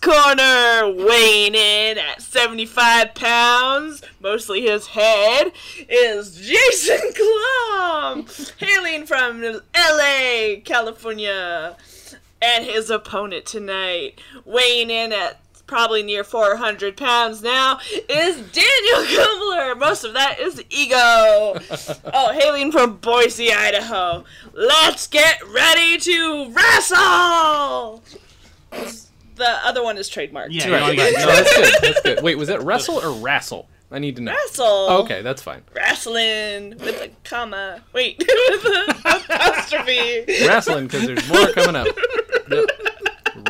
corner, weighing in at 75 pounds, mostly his head, is Jason Klum, hailing from LA, California. And his opponent tonight, weighing in at probably near 400 pounds now, is Daniel Gubler. Most of that is ego. oh, hailing from Boise, Idaho. Let's get ready to wrestle! The other one is trademarked. Yeah, Right, you right. know, No, that's good. That's good. Wait, was that wrestle or wrestle? I need to know. Wrestle. Okay, that's fine. Wrestling with a comma. Wait, with an apostrophe. Wrestling, because there's more coming up. Yep.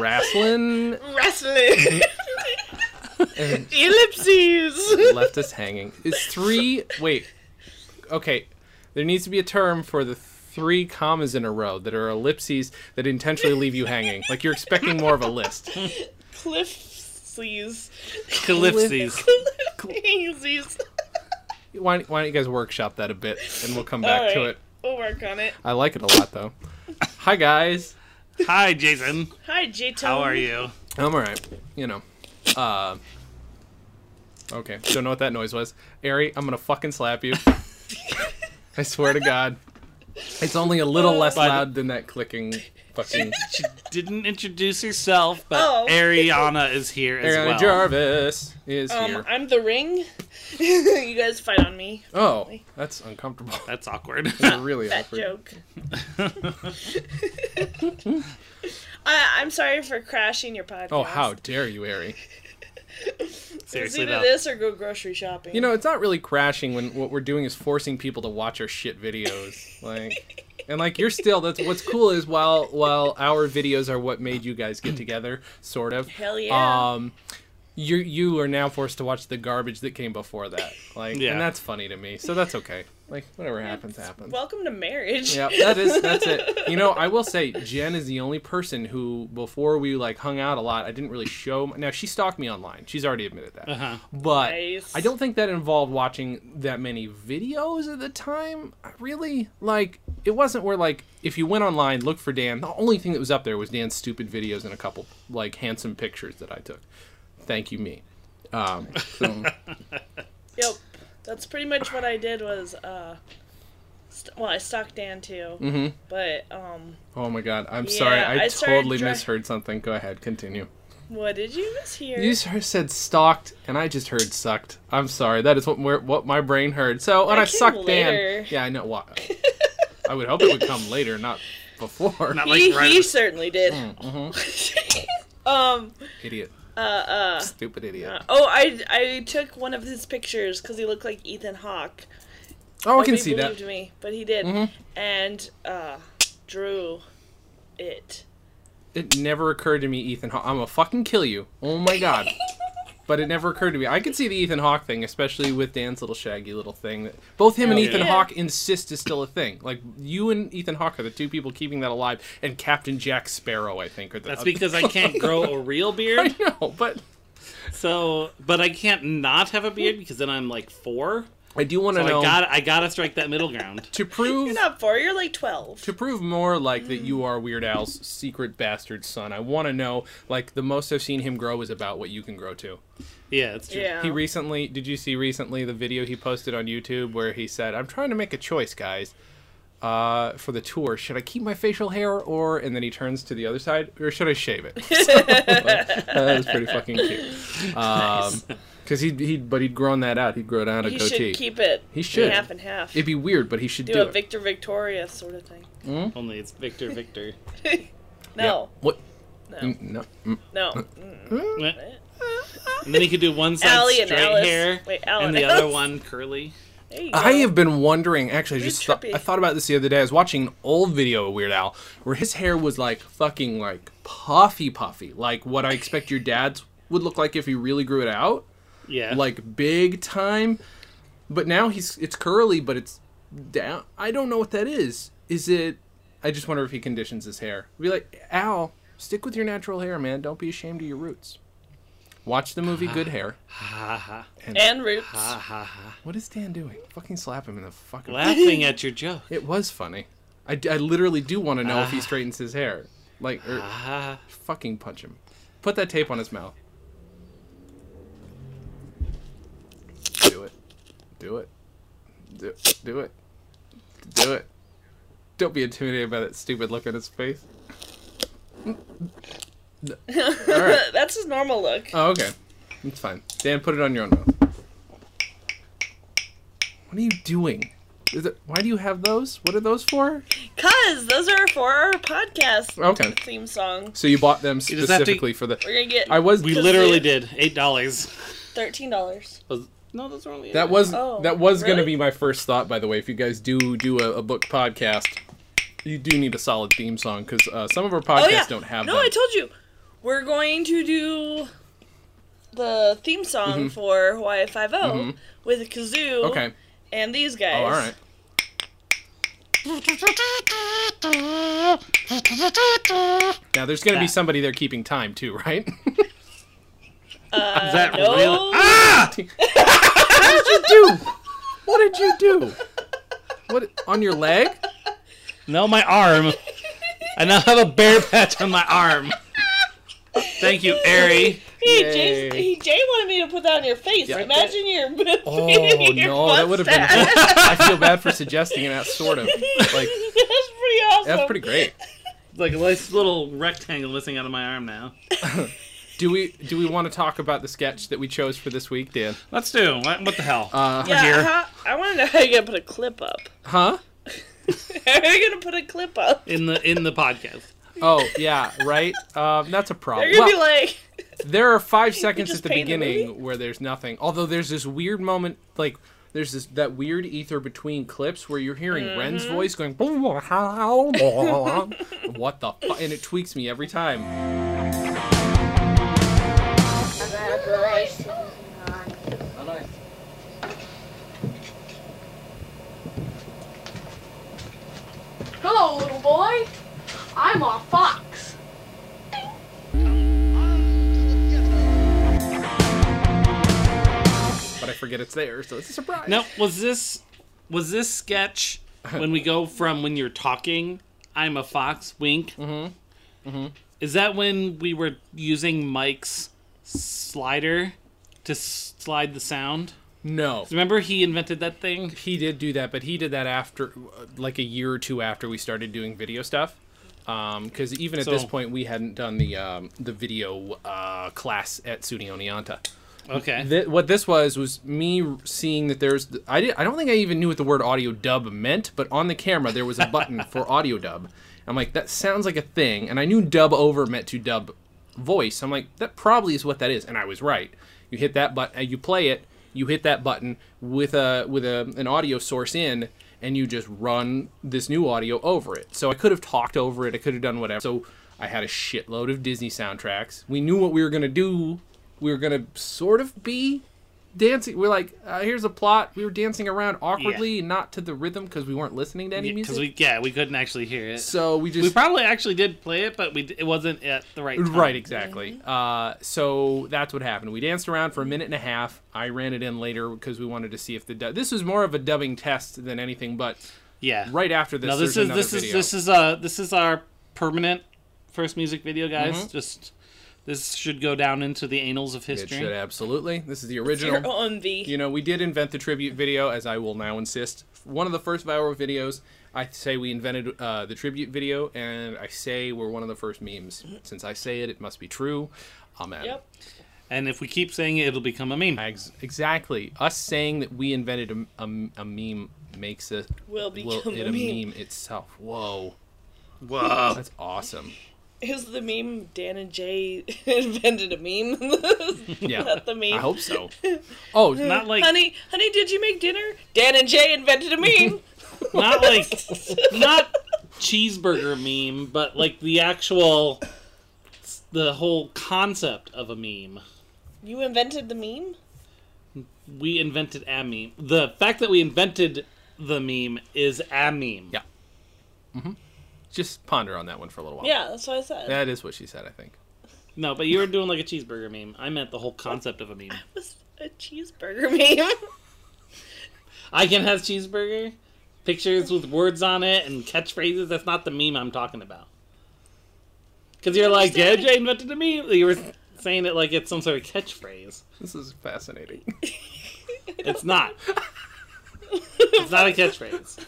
Wrestling Wrestling. and Ellipses. left us hanging. It's three. Wait. Okay. There needs to be a term for the three commas in a row that are ellipses that intentionally leave you hanging. Like you're expecting more of a list. Cliffsies. Calypses. Cliffsies. Why, why don't you guys workshop that a bit and we'll come All back right. to it? We'll work on it. I like it a lot though. Hi guys. Hi, Jason. Hi, Jato. How are you? I'm all right. You know. Uh, okay. Don't know what that noise was. Ari, I'm gonna fucking slap you. I swear to God. It's only a little less But- loud than that clicking fucking She didn't introduce herself, but Oh. Ariana is here as Ariana well. Jarvis is Um, here. I'm the ring. you guys fight on me. oh, that's uncomfortable. That's awkward. That's really That awkward. joke. I, I'm sorry for crashing your podcast. Oh, how dare you, Ari? It's Seriously, either though. this or go grocery shopping. You know, it's not really crashing when what we're doing is forcing people to watch our shit videos. Like and like you're still that's what's cool is while while our videos are what made you guys get together, sort of. Hell yeah. Um you you are now forced to watch the garbage that came before that. Like Yeah. and that's funny to me. So that's okay. Like whatever happens happens. Welcome to marriage. Yeah, that is that's it. You know, I will say Jen is the only person who before we like hung out a lot, I didn't really show. My, now she stalked me online. She's already admitted that. Uh-huh. But Nice. I don't think that involved watching that many videos at the time. I Really, like it wasn't where like if you went online, look for Dan. The only thing that was up there was Dan's stupid videos and a couple like handsome pictures that I took. Thank you, me. Um, so- Yep. That's pretty much what I did was uh st- well, I stalked Dan too. Mhm. But um oh my god, I'm sorry, Yeah, I, I started totally dra- misheard something. Go ahead, continue. what did you miss here? You s- said stalked, and I just heard sucked. I'm sorry. That is what we're- what my brain heard. So when That I came sucked Dan, later. yeah, I know. Why? I would hope it would come later, not before. Not like he, right- he certainly did. Mm-hmm. um idiot, uh uh stupid idiot. uh, oh, I I took one of his pictures because he looked like Ethan Hawke. oh, I can Nobody see that. believed me, but he did, Mhm. and uh, drew it. It never occurred to me, Ethan. Haw- I'm gonna fucking kill you. Oh my god. But it never occurred to me. I could see the Ethan Hawke thing, especially with Dan's little shaggy little thing. That both him and Oh, Ethan yeah. Hawke insist is still a thing. Like you and Ethan Hawke are the two people keeping that alive, and Captain Jack Sparrow, I think, are the. That's because I can't grow a real I beard. know, but So, but I can't not have a beard because then I'm like four. I do want to So I know got I gotta strike that middle ground. to prove You're not four. You're like twelve. to prove more like that you are Weird Al's secret bastard son. I want to know like the most I've seen him grow is about what you can grow to. Yeah, it's true. Yeah. He recently did you see recently the video he posted on YouTube where he said, "I'm trying to make a choice, guys." Uh, for the tour, should I keep my facial hair or and then he turns to the other side, or should I shave it? So, that was pretty fucking cute. Um, because he'd, he'd but he'd grown that out. He'd grown out a he goatee. should keep it. He should. half and half. It'd be weird, but he should do, do, a it. Victor Victoria sort of thing. Only it's Victor Victor. No, What? No. Mm, No. Mm. no. Mm. and then he could do one side Allie and straight Alice. hair Wait, and the Alice. other one curly. There you I go. have been wondering. Actually, I just thought, trippy. I thought about this the other day. I was watching an old video of Weird Al where his hair was like fucking like puffy, puffy, like what I expect your dad's would look like if he really grew it out, Yeah. like big time. But now he's it's curly, but it's down. I don't know what that is. Is it? I just wonder if he conditions his hair. Be like, Al, stick with your natural hair, man. Don't be ashamed of your roots. Watch the movie Good Hair. ha ha and roots. ha Ah, ha ha. What is Dan doing? Fucking slap him in the fucking. Laughing at your joke. It was funny. I, Ah. d- I literally do want to know if he straightens his hair. Like, or Ha. fucking punch him. Put that tape on his mouth. Do it. Do it. Do, do it. Do it. Don't be intimidated by that stupid look on his face. right. That's his normal look. Oh, okay. It's fine. Dan, put it on your own mouth. What are you doing? Is it, why do you have those? What are those for? Cause those are for our podcast Okay. theme song. So you bought them just have to- specifically for the. We're gonna get I was. We Cause literally it- did eight dollars. thirteen dollars. No, those were only That was Oh, that was gonna really? be my first thought, by the way. If you guys do do a, a book podcast, you do need a solid theme song because uh, some of our podcasts Oh yeah. don't have no, them. I told you. We're going to do the theme song for Hawaii Five O Mhm. with a kazoo Mm-hmm. okay. and these guys. Oh, all right. Now there's gonna be That. somebody there keeping time too, right? Uh, that no. really- ah! what did you do? What did you do? What on your leg? no my arm. I now have a bear patch on my arm. Thank you, Ari. Hey, Yay. Jay's- he- Jay wanted me to put that on your face. Yeah. Imagine your Oh your no, that would have been. mustache. I feel bad for suggesting that sort of like that's pretty awesome. that's pretty great. Like a nice little rectangle missing out of my arm now. Do we do we want to talk about the sketch that we chose for this week, Dan? Let's do. What, what the hell? Uh, Yeah, here. how- I want to know how you're gonna put a clip up. huh? How are you gonna put a clip up? in the in the podcast. Oh yeah, right. Um, that's a problem. They're gonna be Well, like, there are five seconds just at the paint the beginning movie? where there's nothing. Although there's this weird moment, like there's this that weird ether between clips where you're hearing Ren's Mm-hmm. voice going, "What the?" Fu-? And it tweaks me every time. Hello, little boy. I'm a fox. But I forget it's there, so it's a surprise. Now, was this was this sketch when we go from when you're talking, I'm a fox, wink? Mm-hmm. Mm-hmm. Is that when we were using Mike's slider to s- slide the sound? no. Remember he invented that thing? he did do that, but he did that after, like a year or two after we started doing video stuff. Because even at this So- point, we hadn't done the um, the video uh, class at SUNY Oneonta. Okay. Th- what this was was me seeing that there's I did I don't think I even knew what the word audio dub meant, but on the camera there was a button for audio dub. I'm like that sounds like a thing, and I knew dub over meant to dub voice. I'm like that probably is what that is, and I was right. You hit that button, you play it, you hit that button with a with a, an audio source in, and you just run this new audio over it. So I could have talked over it, I could have done whatever. So I had a shitload of Disney soundtracks. We knew what we were gonna do we were gonna sort of be dancing. We're like, uh, here's a plot. We were dancing around awkwardly, not to the rhythm because we weren't listening to any Because music. we yeah we couldn't actually hear it. so we just we probably actually did play it, but we d- it wasn't at the right time. right exactly. Mm-hmm. Uh, so that's what happened. We danced around for a minute and a half. I ran it in later because we wanted to see if the du- this was more of a dubbing test than anything. But Yeah. right after this, No, this there's is another this video. is this is uh this is our permanent first music video, guys. Just this should go down into the annals of Mm-hmm. it should history. absolutely. This is the you're original. on the. You know, we did invent the tribute video, as I will now insist. One of the first viral videos. I say we invented uh, the tribute video, and I say we're one of the first memes. Since I say it, it must be true. Amen. Yep. And if we keep saying it, it'll become a meme. Ex- exactly. Us saying that we invented a, a- a meme makes it Will will become it a meme. itself. Whoa, Whoa. that's awesome. Is the meme Dan and Jay invented a meme? Yeah, Not the meme. I hope so. Oh, Not like honey, honey, did you make dinner? Dan and Jay invented a meme. not like not cheeseburger meme, but like the actual the whole concept of a meme. you invented the meme? We invented a meme. The fact that we invented the meme is a meme. Yeah. just ponder on that one for a little while. Yeah, that's what I said. that is what she said. I think. No, but you were doing like a cheeseburger meme. I meant the whole concept of a meme. It was a cheeseburger meme. I can have cheeseburger. Pictures with words on it and catchphrases. That's not the meme I'm talking about. Because you're like, yeah, Jay invented to me. You were saying it like it's some sort of catchphrase. This is fascinating. It's not. it's not a catchphrase.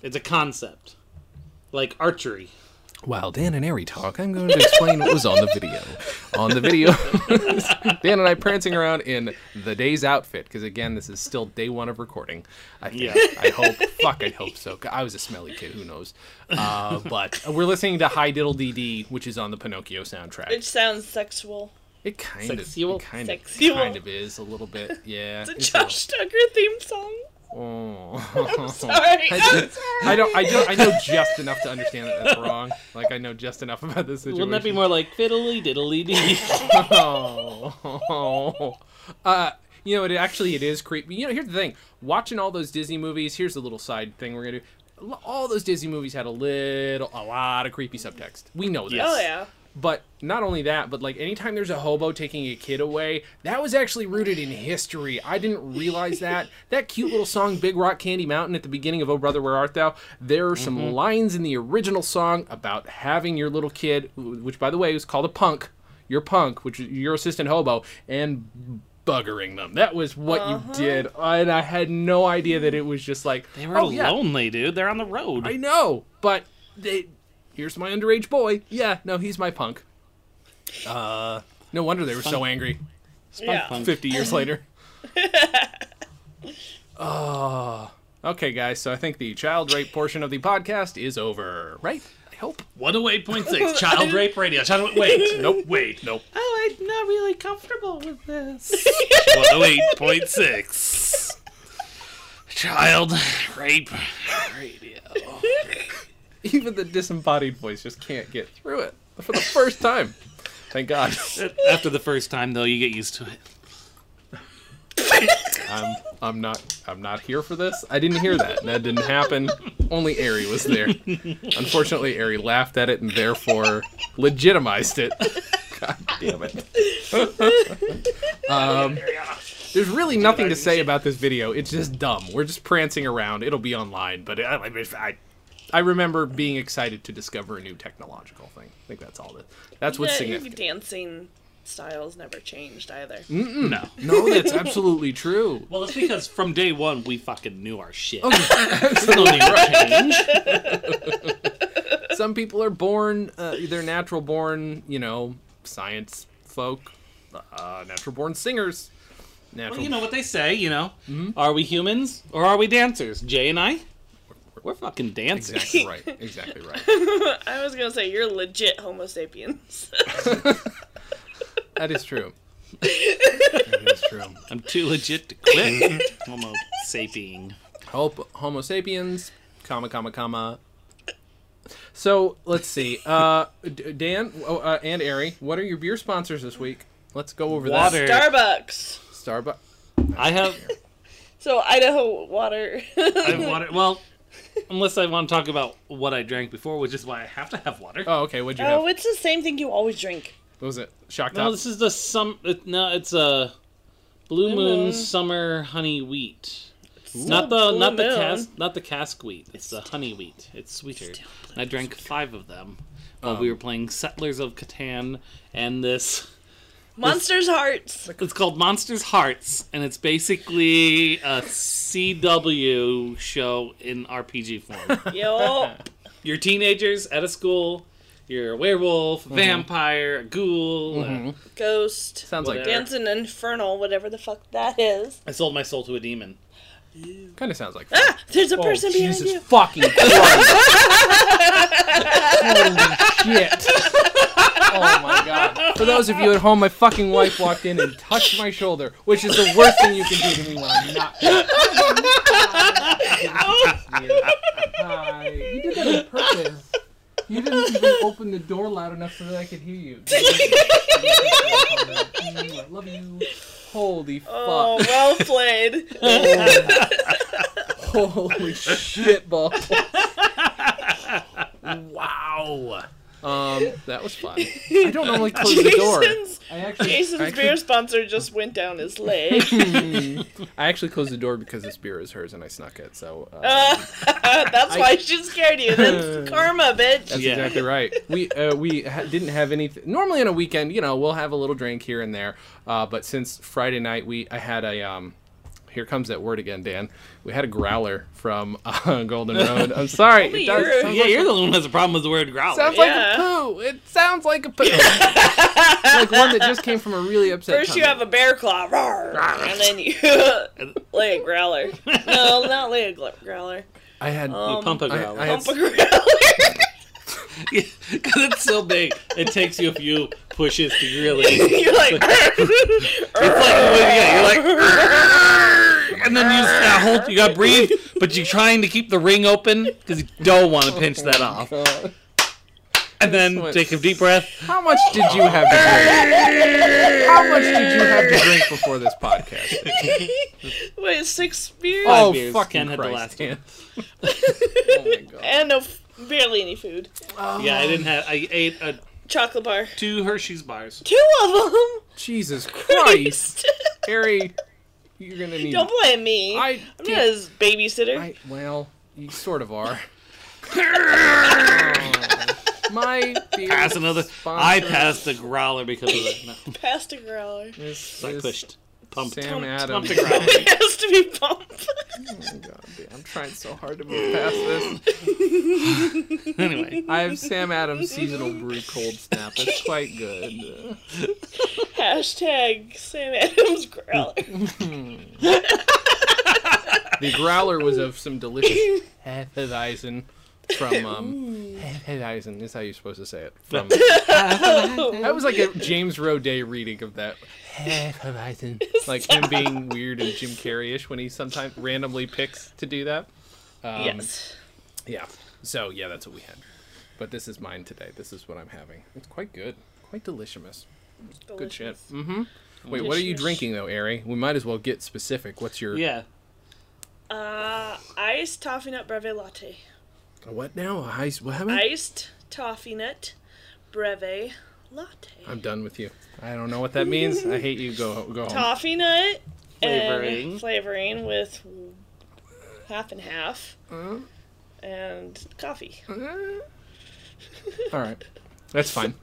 It's a concept, like archery. While Dan and Ari talk, I'm going to explain what was on the video. On the video, Dan and I prancing around in the day's outfit because again, this is still day one of recording. I think. Yeah. I hope. Fuck, I hope so. I was a smelly kid. Who knows? Uh, but we're listening to High Diddle DD, which is on the Pinocchio soundtrack. Which sounds sexual. it kind of, Sexual. it kind of, Sexual. kind of is a little bit. Yeah. The it's a- Josh Tucker theme song. Oh. I'm sorry. I'm I sorry. don't. I don't. I know just enough to understand that that's wrong. Like I know just enough about this situation. Wouldn't that be more like fiddly diddly dee? oh. Uh, you know, it actually it is creepy. You know, here's the thing: watching all those Disney movies. Here's a little side thing we're gonna do. L- All those Disney movies had a little, a lot of creepy subtext. We know this. Oh yeah. But not only that, but like anytime there's a hobo taking a kid away, that was actually rooted in history. I didn't realize that. that cute little song, Big Rock Candy Mountain, at the beginning of Oh Brother Where Art Thou, there are some Mm-hmm. lines in the original song about having your little kid, wh- which by the way was called a punk, your punk, which is your assistant hobo, and buggering them. That was what you did. And I had no idea that it was just like Uh-huh. They were "Oh, yeah, lonely, dude. They're on the road. I know, but they, here's my underage boy. Yeah, no, he's my punk. Uh, no wonder they were so angry. yeah. Punk. Fifty years later. Oh, okay, guys. So I think the child rape portion of the podcast is over, right? I hope. 108.6 Child Rape Radio. Child, wait, nope, wait, nope. Oh, I'm not really comfortable with this. 108.6 Child Rape Radio. Even the disembodied voice just can't get through it for the first time. Thank God. After the first time, though, you get used to it. I'm I'm not I'm not here for this. I didn't hear that. That didn't happen. Only Ari was there. Unfortunately, Ari laughed at it and therefore legitimized it. God damn it. um, there's really nothing to say about this video. It's just dumb. We're just prancing around. It'll be online, but I I, I remember being excited to discover a new technological thing. I think that's all. That, that's what's Yeah, your significant. Mm. dancing styles never changed either. No. No, that's absolutely true. Well, it's because from day one, we fucking knew our shit. Absolutely right. Change. some people are born uh, they're natural born you know science folk uh, natural born singers natural Well, you know what they say, you know. Are we humans or are we dancers? Jay and I, we're fucking dancers. exactly right exactly right I was gonna say you're legit Homo sapiens. that is true that is true I'm too legit to quit. Homo sapien. hope homo sapiens comma comma comma so let's see uh, D- dan oh, uh, and ari what are your beer sponsors this week let's go over Water. Starbucks. that starbucks I have, So Idaho water. I have water. Well, unless I want to talk about what I drank before, which is why I have to have water. oh okay what'd you have oh, it's the same thing you always drink. what was it shock top No, Uh, this is the sum. It, no, it's a Blue Moon Summer Honey Wheat. Not the Blue not the Moon. cask not the cask wheat. It's the honey wheat. It's sweeter. And I drank five of them while we were playing Settlers of Catan and this. Monsters Hearts. It's called Monsters Hearts, and it's basically a CW show in RPG form. Yo. You're teenagers at a school. You're a werewolf, a vampire, a ghoul. uh, Ghost. sounds like Whatever. Dancing Infernal, whatever the fuck that is. I sold my soul to a demon. kind of sounds like Ah, there's a person behind Oh, Jesus you. fucking Christ. Holy shit. Oh my god. For those of you at home, my fucking wife walked in and touched my shoulder, which is the worst thing you can do to me when I'm not. Hi. You did that on purpose. You didn't even open the door loud enough so that I could hear you. I love you. Holy fuck. Oh, well played. Holy shit, ball. Wow. Um, that was fun. I don't normally close the door. Jason's, I actually, Jason's I actually- beer sponsor just went down his leg. I actually closed the door because this beer is hers and I snuck it. So uh, Uh, that's why she scared you. That's karma, bitch. that's Yeah. exactly right. We uh, we ha- didn't have anything. Normally on a weekend, you know, we'll have a little drink here and there. Uh, but since Friday night, we I had a um. Here comes that word again, Dan. We had a growler from uh, Golden Road. I'm sorry. Only it does- you're- sounds Yeah, like you're the one who has a problem with the word growler. Sounds Yeah. like a poo. It sounds like a poo. like one that just came from a really upset. First, you have a bear claw, rawr, and then you lay a growler. No, not lay a gl- growler. I had. You Um, pump a I, growler. I had Pump a growler. Because it's so big, it takes you a few pushes to really. you're like, It's like, yeah, you're like, and then you just gotta hold, you gotta breathe, but you're trying to keep the ring open because you don't want to pinch that off. Oh God. And then What? take a deep breath. How much did you have to drink? How much did you have to drink before this podcast? wait, six beers Five oh, beers. Ken fucking had the last Christ, Dan. oh my god. and no, f- barely any food. Yeah, I didn't have. I ate uh, Chocolate bar, two Hershey's bars. two of them. Jesus Christ, Harry, you're gonna need. Don't blame me. I I'm not did. his babysitter. I well, you sort of are. Oh, My beer Pass another. I passed the growler because of that. No, Past a growler. It is- I is pushed. Pumped. Sam Adams. Pumped a growler. has to be pumped. God, dude, I'm trying so hard to move past this. Anyway. I have Sam Adams seasonal brew cold snap. It's quite good. Uh, Hashtag Sam Adams growler. The growler was of some delicious Hefeweizen from um Hefeweizen is how you're supposed to say it. From Oh, that was like a James Roday reading of that Hefeweizen, like him being weird and Jim Carrey-ish when he sometimes randomly picks to do that. Um, yes. Yeah. So yeah, that's what we had. But this is mine today. This is what I'm having. It's quite good. Quite delicious. Good shit. Delicious. Mm-hmm. Wait, what are you Delicious. drinking though, Ari? We might as well get specific. What's your Yeah. Uh, iced toffee nut breve latte. a what now? A high what happened? Iced toffee nut breve latte. I'm done with you. I don't know what that means. I hate you. Go go home. Toffee nut Flavoring. and flavoring with half and half and coffee. All right, that's fine.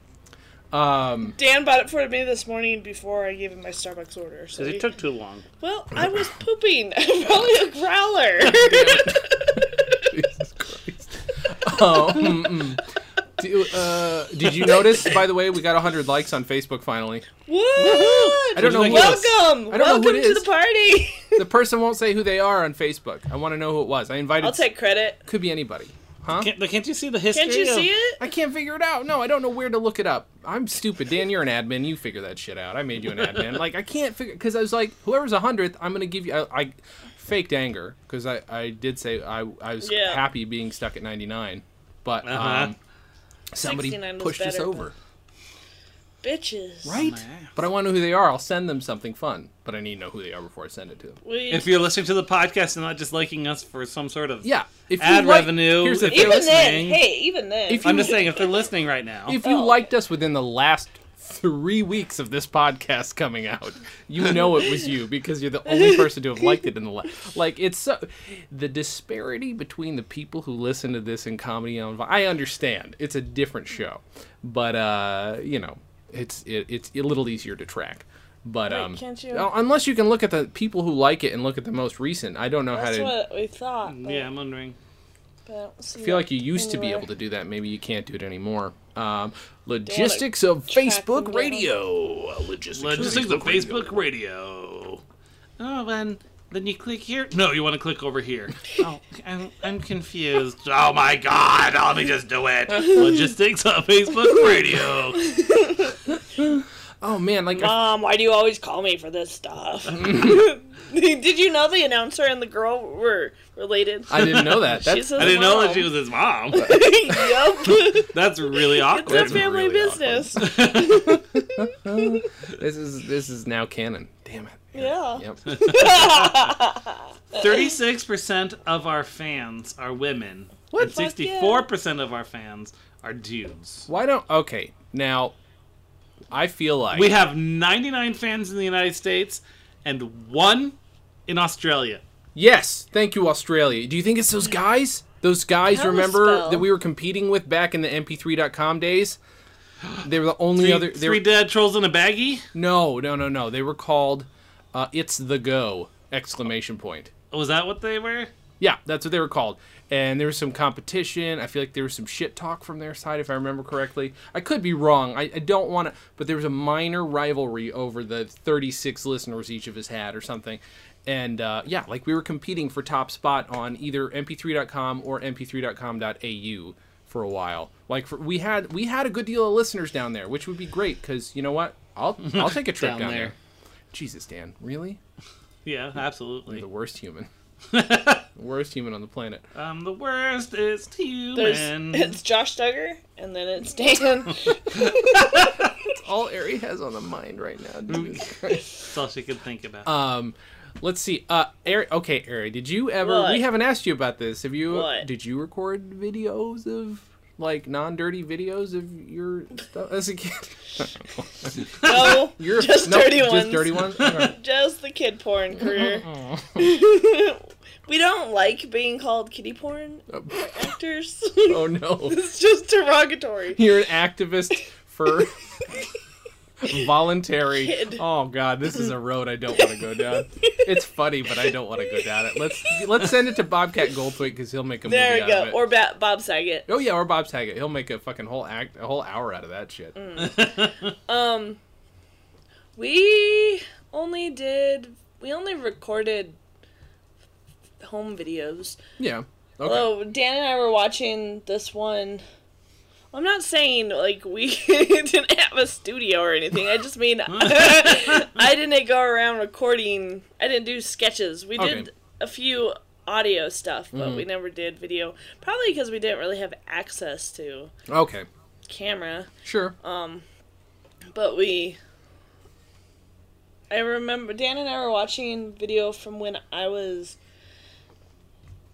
Um, Dan bought it for me this morning before I gave him my Starbucks order. So Because he- it took too long. well, I was pooping. Probably a growler. Jesus Christ. Oh. mm, mm. Do, uh, did you notice? By the way, we got 100 likes on Facebook finally. Woo! I don't know Would who you like else. Welcome. I don't know Welcome who it to is. the party. The person won't say who they are on Facebook. I want to know who it was. I invited. I'll take credit. Could be anybody. Huh? Can't, can't you see the history? Can't you of- see it? I can't figure it out. No, I don't know where to look it up. I'm stupid. Dan, you're an admin. You figure that shit out. I made you an admin. Like I can't figure because I was like, whoever's a hundredth, I'm gonna give you. I, I faked anger because I I did say I I was Yeah. happy being stuck at 99, but Uh-huh. um, somebody 69 was pushed us better, over, Bitches. right? man. But I want to know who they are. I'll send them something fun, but I need to know who they are before I send it to them. We, If you're listening to the podcast and not just liking us for some sort of Yeah, if Ad like- revenue, Here's the if thing. you're even then, listening- hey, even then. If you- I'm just saying, if they're listening right now, If you Oh. liked us within the last three weeks of this podcast coming out, you know it was you because you're the only person to have liked it in the last. Like it's so the disparity between the people who listen to this in comedy and Vi- I understand it's a different show, but uh, you know it's it, it's a little easier to track. But um, can't you- oh, unless you can look at the people who like it and look at the most recent, I don't know that's how to. what we thought. But, yeah, I'm wondering. but I don't see I feel that like you used to be anywhere. able to do that. Maybe you can't do it anymore. Um, logistics of track them Facebook down. Radio. Logistics, Logistics of Facebook Radio. Oh, then then you click here. No, you want to click over here. oh, I'm, I'm confused. Oh my God! Let me just do it. Logistics of Facebook Radio. Oh man, like I, Mom, why do you always call me for this stuff? Did you know the announcer and the girl were related? I didn't know that. That's, She's his I didn't know that mom. she was his mom. yup. That's really awkward. That's That's family really awkward. business. this is this is now canon. Damn it. Yeah. Yep. Thirty-six percent of our fans are women, and Fuck yeah. sixty-four percent of our fans are dudes. Why don't okay now? I feel like We have 99 fans in the United States and one in Australia. yes. Thank you, Australia. Do you think it's those guys? Those guys How to remember spell? that we were competing with back in the MP3.com days. They were the only Three, other. They three were, dead trolls in a baggie? no, no, no, no. They were called. Uh, it's the go! Exclamation point. Was Oh, that what they were? Yeah, that's what they were called. And there was some competition. I feel like there was some shit talk from their side, if I remember correctly. I could be wrong. I, I don't want to, but there was a minor rivalry over the 36 listeners each of us had or something. And uh, yeah, like we were competing for top spot on either mp3.com or mp3.com.au for a while. Like for, we had we had a good deal of listeners down there, which would be great because you know what? I'll I'll take a trip down, Down there. there. Jesus, Dan, really? Yeah, absolutely. The worst human. the worst human on the planet. Um, the worst There's, is human. it's Josh Duggar, and then it's Dan. all Ari has on the mind right now. Jesus Christ. That's all she could think about. um, Mm. let's see. Uh, Ari. Okay, Ari. Did you ever? What? We haven't asked you about this. Have you? What? Did you record videos of like non-dirty videos of your stuff as a kid? I don't know. no, You're- just no, dirty ones. Just dirty ones. All right. Just the kid porn career. we don't like being called kitty porn actors. oh no. it's just derogatory. You're an activist for voluntary. Kid. Oh god, this is a road I don't want to go down. It's funny, but I don't want to go down it. Let's let's send it to Bobcat Goldthwait because he'll make a There movie we out of go. it. Or ba- Bob Saget. Oh yeah, or Bob Saget. He'll make a fucking whole act, a whole hour out of that shit. Mm. Um, we only did we only recorded home videos. Yeah. Okay. Oh, Dan and I were watching this one. I'm not saying like we didn't have a studio or anything. I just mean I didn't go around recording. I didn't do sketches. We Okay. Mm-hmm. did a few audio stuff, but we never did video. Probably because we didn't really have access to Okay. camera. Sure. Um, But we. I remember Dan and I were watching video from when I was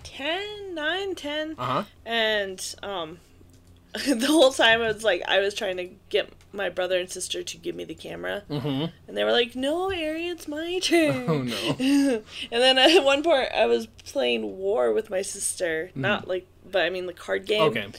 10, 9, 10. Uh huh. And um, the whole time I was like, I was trying to get my brother and sister to give me the camera, Mhm. and they were like, "No, Ari, it's my turn." Oh no. and then at one point, I was playing War with my sister, not like, but I mean the card game. Mm. Okay.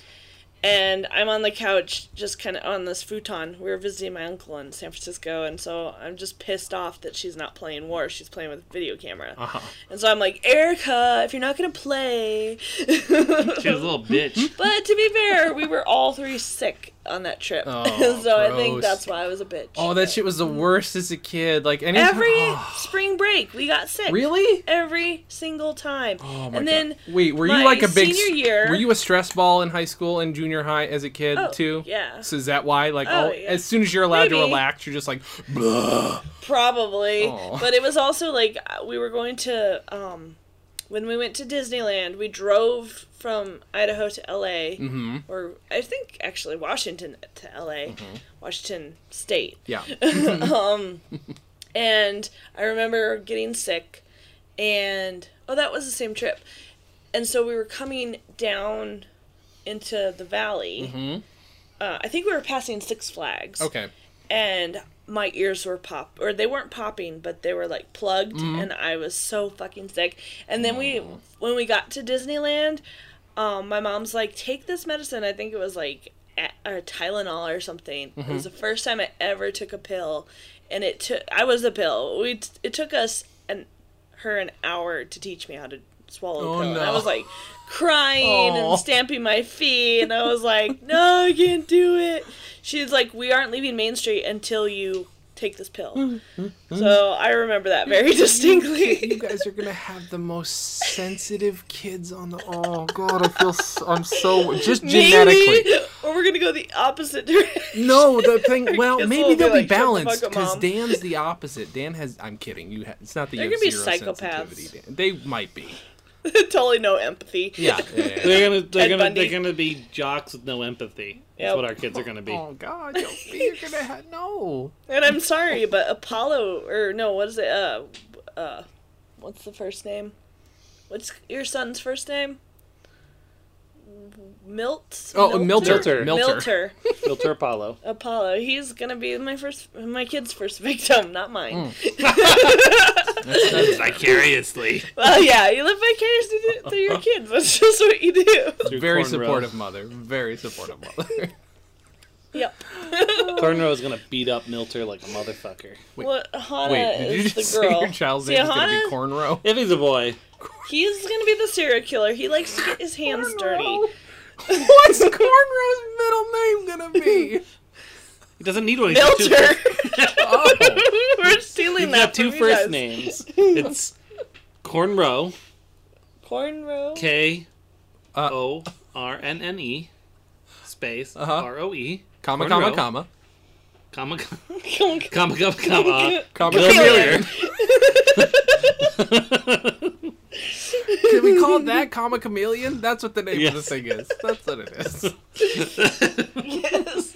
And I'm on the couch, just kind of on this futon. We were visiting my uncle in San Francisco, and so I'm just pissed off that she's not playing War. She's playing with a video camera. Uh huh. And so I'm like, Erica, if you're not gonna play, she was a little bitch. But to be fair, we were all three sick on that trip, Oh, so I think gross. that's why I was a bitch. Oh, that shit was the worst as a kid. Like any Every Oh, spring break, we got sick. really. Every single time. Oh my and then god. Wait, were my you like a big senior s- year- Were you a stress ball in high school and junior high as a kid Oh, too? yeah. So is that why? Like, Oh, all, yeah. as soon as you're allowed to Maybe. relax, you're just like, "Bleh." probably, Aw. but it was also like uh, we were going to um, when we went to Disneyland, we drove from Idaho to L.A. Mhm. or I think actually Washington to L.A. Washington State. yeah. um, and I remember getting sick, and oh, that was the same trip. And so we were coming down into the valley. Mhm. Uh, I think we were passing Six Flags. Okay. And my ears were pop, or they weren't popping, but they were like plugged, Mm-hmm. and I was so fucking sick. And then we, when we got to Disneyland, um, my mom's like, take this medicine. I think it was like a- or Tylenol or something. It Mm-hmm. was the first time I ever took a pill, and it took. I was the pill. We t- it took us and her an hour to teach me how to swallow Oh, a pill. And I no. was like crying Aw. and stamping my feet, and I was like, no, I can't do it. She's like, we aren't leaving Main Street until you take this pill. so I remember that very Mm-hmm. You distinctly. guys are gonna have the most sensitive kids on the. Oh god, I feel. So, I'm so just genetically. Maybe, or we're gonna go the opposite direction. No, the thing. Well, kids maybe will be they'll be like, "Shut the balanced fuck up, because Mom." Dan's the opposite. Dan has. I'm kidding. You. Ha- it's not that They're you have gonna be zero psychopaths. sensitivity, Dan. They might be. totally no empathy. Yeah. yeah, yeah, yeah. They're gonna they're Ted gonna Bundy. they're gonna be jocks with no empathy. That's Yep. what our kids are gonna be. Oh god, Yopi, you're gonna have no. And I'm sorry, but Apollo or no, what is it? Uh, uh, what's the first name? What's your son's first name? Milt. Oh, Milter. Milter. Milter. Milter. Filter Apollo. Apollo. He's gonna be my first, my kid's first victim, not mine. Mm. Vicariously. Well, Oh, yeah, you live vicariously through, through your kids. That's just what you do. Through Very cornrows. supportive mother. Very supportive mother. Yep. Cornrow is gonna beat up Milter like a motherfucker. what Hana Wait, did you is just Uh, the girl. say your child's See, name is going to Hana- be Cornrow? If he's a boy, He's gonna be the serial killer. He likes to get his hands dirty. What's Cornrow's middle name going to be? He doesn't need one. He's got two- Milter. Oh, We're stealing He's that. got two from you first guys. names. It's Cornrow. Cornrow. K Uh. O R N N E space Uh-huh. R O E comma, comma, Cornrow. comma. comma comma Conk. comma comma comma. Comma, Familiar. chameleon. Can we call that comma chameleon? That's what the name of Yes. the thing is. That's what it Yes. is.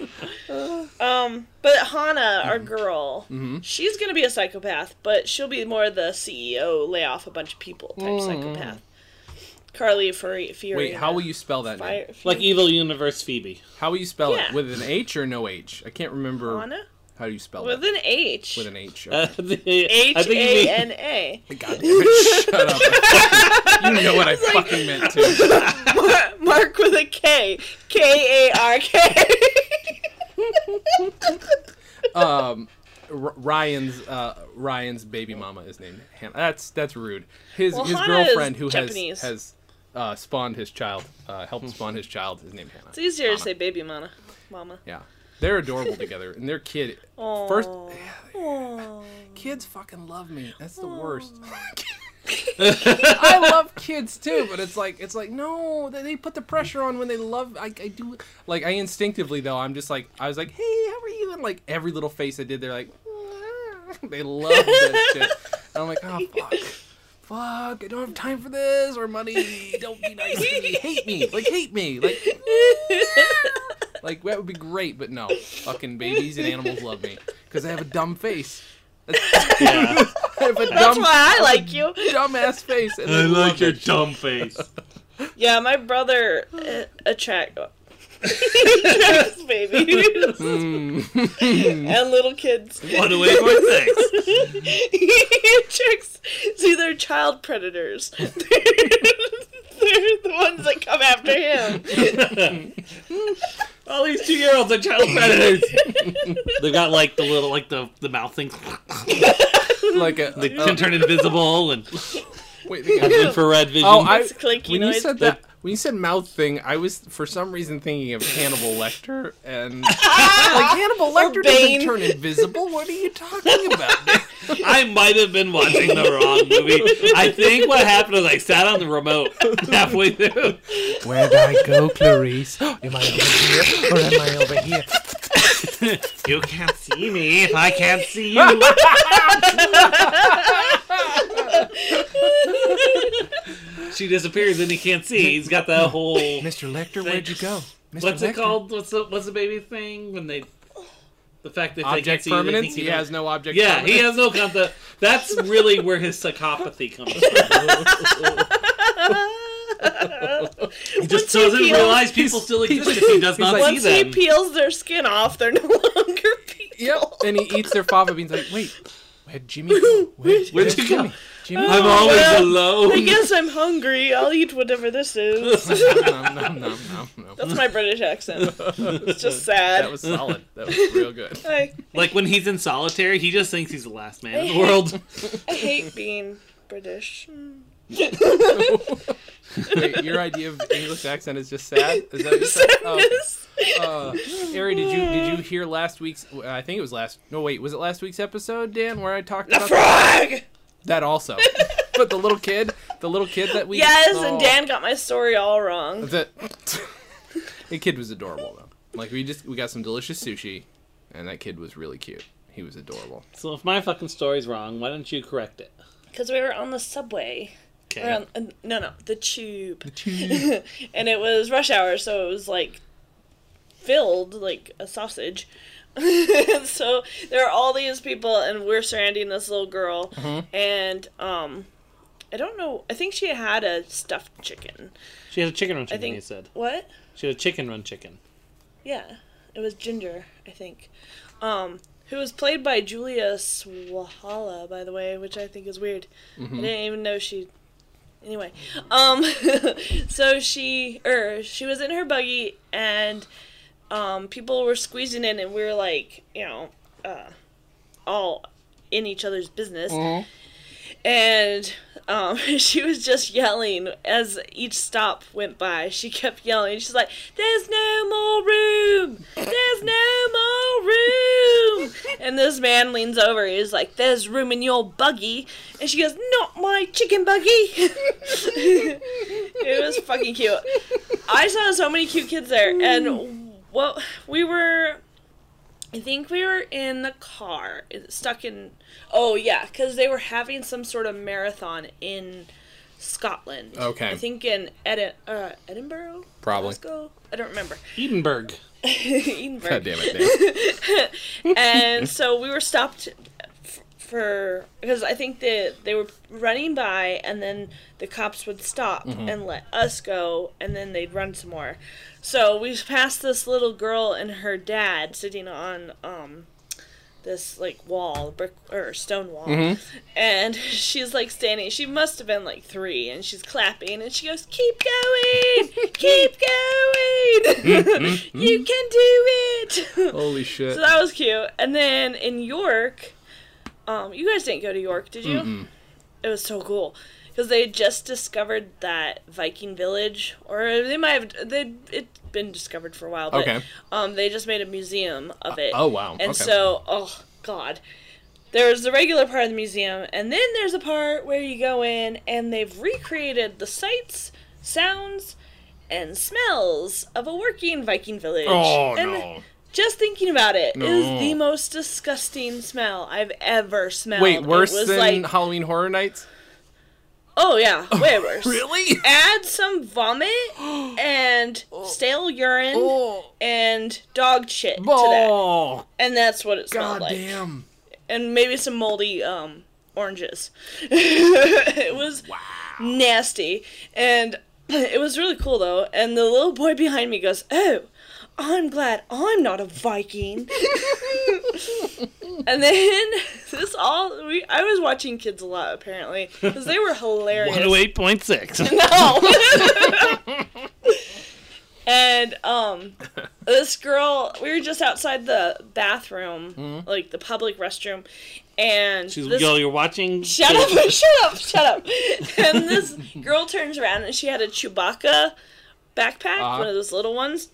um, but Hana, Mm-hmm. our girl, she's gonna be a psychopath, but she'll be more the CEO, lay off a bunch of people type psychopath. Carly Fiori. Fiorina. Mm. Wait, how will you spell that name? Fire, like evil universe Phoebe. How will you spell Yeah. it? With an H or no H? I can't remember. Hana How do you spell it? with an H. Uh. With an H. Uh, Okay. the- H I think you mean- A N A. God damn it, shut up. you know what I fucking meant to. Mar- Mark with a K. K A R K. Um, R- Ryan's uh, Ryan's baby mama is named Hannah. That's that's rude. His Well, his Hannah is girlfriend who Japanese. has has uh, spawned his child, uh, helped spawn his child, is named Hannah. It's easier to say baby mama. Mama. Yeah, they're adorable together, and their kid first Aw. kids fucking love me. That's the worst. I love kids too, but it's like it's like no, they, they put the pressure on when they love. I, I do like I instinctively though. I'm just like I was like, hey, how are you? And like every little face I did, they're like, they love this shit. And I'm like, oh fuck, fuck, I don't have time for this or money. Don't be nice to me. Hate me, like hate me, like like that would be great. But no, fucking babies and animals love me because I have a dumb face. yeah. I have a That's dumb why I like you. dumbass face. And I they like love your it. dumb face. Yeah, my brother uh, attract attracts babies Mm. and little kids. One away for six. he attracts see they're child predators. they're, the ones that come after him. All these two year olds are child predators. They've got like the little like the the mouth thing like a, they a- can turn invisible and wait, they got- have infrared vision. oh, I, It's clinky when you noise. said that, when you said mouth thing, I was for some reason thinking of Hannibal Lecter and like Hannibal Lecter doesn't Bane. turn invisible. What are you talking about? I might have been watching the wrong movie. I think what happened was I sat on the remote halfway through. Where do I go, Clarice? Am I over here or am I over here? You can't see me if I can't see you. she disappears and he can't see. He's got that whole Mr. Lecter, where'd you go? Mr. what's it called? What's the what's the baby thing when they the fact that they can't Object see you, they permanence. think you He don't- has no object. Yeah, he permanence. has no concept. That's really where his psychopathy comes from. he Once just he doesn't peels- realize people still exist if he does he's not like- see Once he them. peels their skin off, they're no longer people. Yep. And he eats their fava beans. Like, wait, where'd Jimmy go? Where'd, Where'd you go? Jimmy? Jimmy? I'm always Well, I alone. guess I'm hungry. I'll eat whatever this is. nom, nom, nom, nom, nom. That's my British accent. It's just sad. That was solid. That was real good. I, Like when he's in solitary, he just thinks he's the last man in I the world. I hate being British. Wait, your idea of English accent is just sad. Is that what you said? Oh, uh, Ari, did you did you hear last week's? uh, I think it was last. No, wait, was it last week's episode, Dan, where I talked The about frog! that also? but the little kid, the little kid that we Yes, Oh. and Dan got my story all wrong. The, the kid was adorable though. Like we just we got some delicious sushi, and that kid was really cute. He was adorable. So if my fucking story's wrong, why don't you correct it? Because we were on the subway. We were Okay. on, uh, no, no, the tube. and it was rush hour, so it was like filled like a sausage. so there are all these people, and we're surrounding this little girl, Mm-hmm. and um, I don't know. I think she had a stuffed chicken, She had a chicken run I chicken. think. He said What? she had a chicken run chicken. Yeah, it was Ginger, I think. Um, who was played by Julia Swahala, by the way, which I think is weird. I didn't even know she. Anyway, um, so she er she was in her buggy and um people were squeezing in and we were like you know uh all in each other's business and um, she was just yelling as each stop went by. She kept yelling. She's like, "There's no more room. There's no more room." and this man leans over. He's like, "There's room in your buggy," and she goes, "Not my chicken buggy." it was fucking cute. I saw so many cute kids there, and what we were I think we were in the car, stuck in. Oh yeah, because they were having some sort of marathon in Scotland. Okay. I think in Edi- uh, Edinburgh. Probably. Glasgow? I don't remember. Edinburgh. Edinburgh. God damn it, Dave. and so we were stopped f- for because I think that they were running by, and then the cops would stop and let us go, and then they'd run some more. So we passed this little girl and her dad sitting on um this like wall, brick or stone wall, and she's like standing. She must have been like three, and she's clapping, and she goes, "Keep going, keep going, you can do it." Holy shit. So that was cute. And then in York, um, you guys didn't go to York, did you? It was so cool because they had just discovered that Viking village, or they might have they it's been discovered for a while. But, Okay. Um, they just made a museum of it. oh, wow. And Okay. so, oh god. There's the regular part of the museum, and then there's a part where you go in and they've recreated the sights, sounds, and smells of a working Viking village. oh And no. just thinking about it, it was No. the most disgusting smell I've ever smelled. Wait, worse it was than like, Halloween Horror Nights? oh yeah, way worse. Really? Add some vomit and stale urine Oh. and dog shit to that, Oh, and that's what it smelled god like. damn. And maybe some moldy um oranges. it was nasty, and it was really cool though. And the little boy behind me goes, "Oh." I'm glad I'm not a Viking. and then this all we I was watching kids a lot apparently because they were hilarious. 108.6. No. and um, this girl, we were just outside the bathroom, like the public restroom, and She's, this yo, you're watching. Shut up, shut up, shut up. And this girl turns around and she had a Chewbacca backpack, Uh-huh. one of those little ones.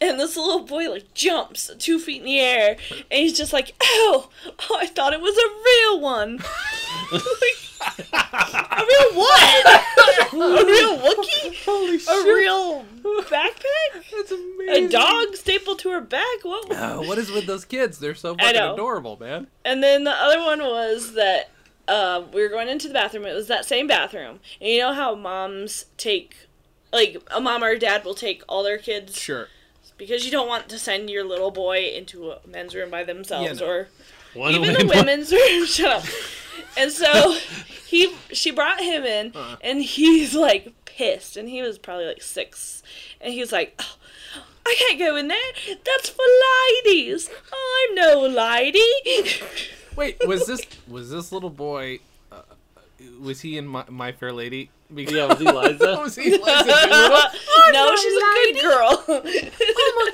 And this little boy like jumps two feet in the air and he's just like, Oh, oh I thought it was a real one. like, a real what? a real Wookiee? Holy A real backpack? That's amazing. A dog stapled to her back? What Oh, what is with those kids? They're so I fucking know. adorable, man. And then the other one was that uh, we were going into the bathroom. It was that same bathroom. And you know how moms take, like, a mom or a dad will take all their kids Sure. because you don't want to send your little boy into a men's room by themselves Yeah, no. or One oh even the women's room. Shut up. And so he, she brought him in, Uh-huh. and he's like pissed, and he was probably like six, and he's like. "Oh, I can't go in there. That's for ladies. I'm no lady. Wait, was this was this little boy? Uh, was he in my, my Fair Lady? Because Yeah, was he Liza? was he Liza Doolittle? no, she's a good girl.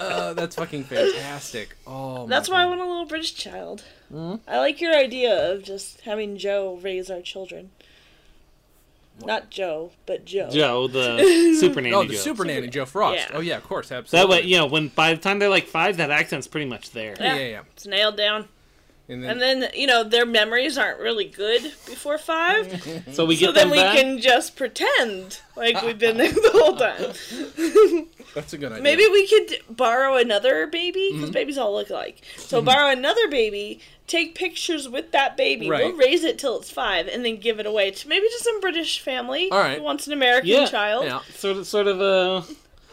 Uh, that's fucking fantastic. Oh, my That's why I God. want a little British child. Hmm? I like your idea of just having Joe raise our children. Not Joe, but Joe. Joe, the super nanny. Oh, the Joe. Super Nanny Joe Frost. Yeah. Oh yeah, of course, That absolutely. way, you know, when by the time they're like five, that accent's pretty much there. Yeah. yeah, yeah. It's nailed down. And then, And then, you know, their memories aren't really good before five. So we get so then them we back. can just pretend like we've been there the whole time. that's a good idea. Maybe we could borrow another baby Mm-hmm. because babies all look alike. So borrow another baby, take pictures with that baby. We'll Right. raise it till it's five, and then give it away to maybe to some British family All right. who wants an American Yeah. child. Yeah. uh, Sort of, sort of a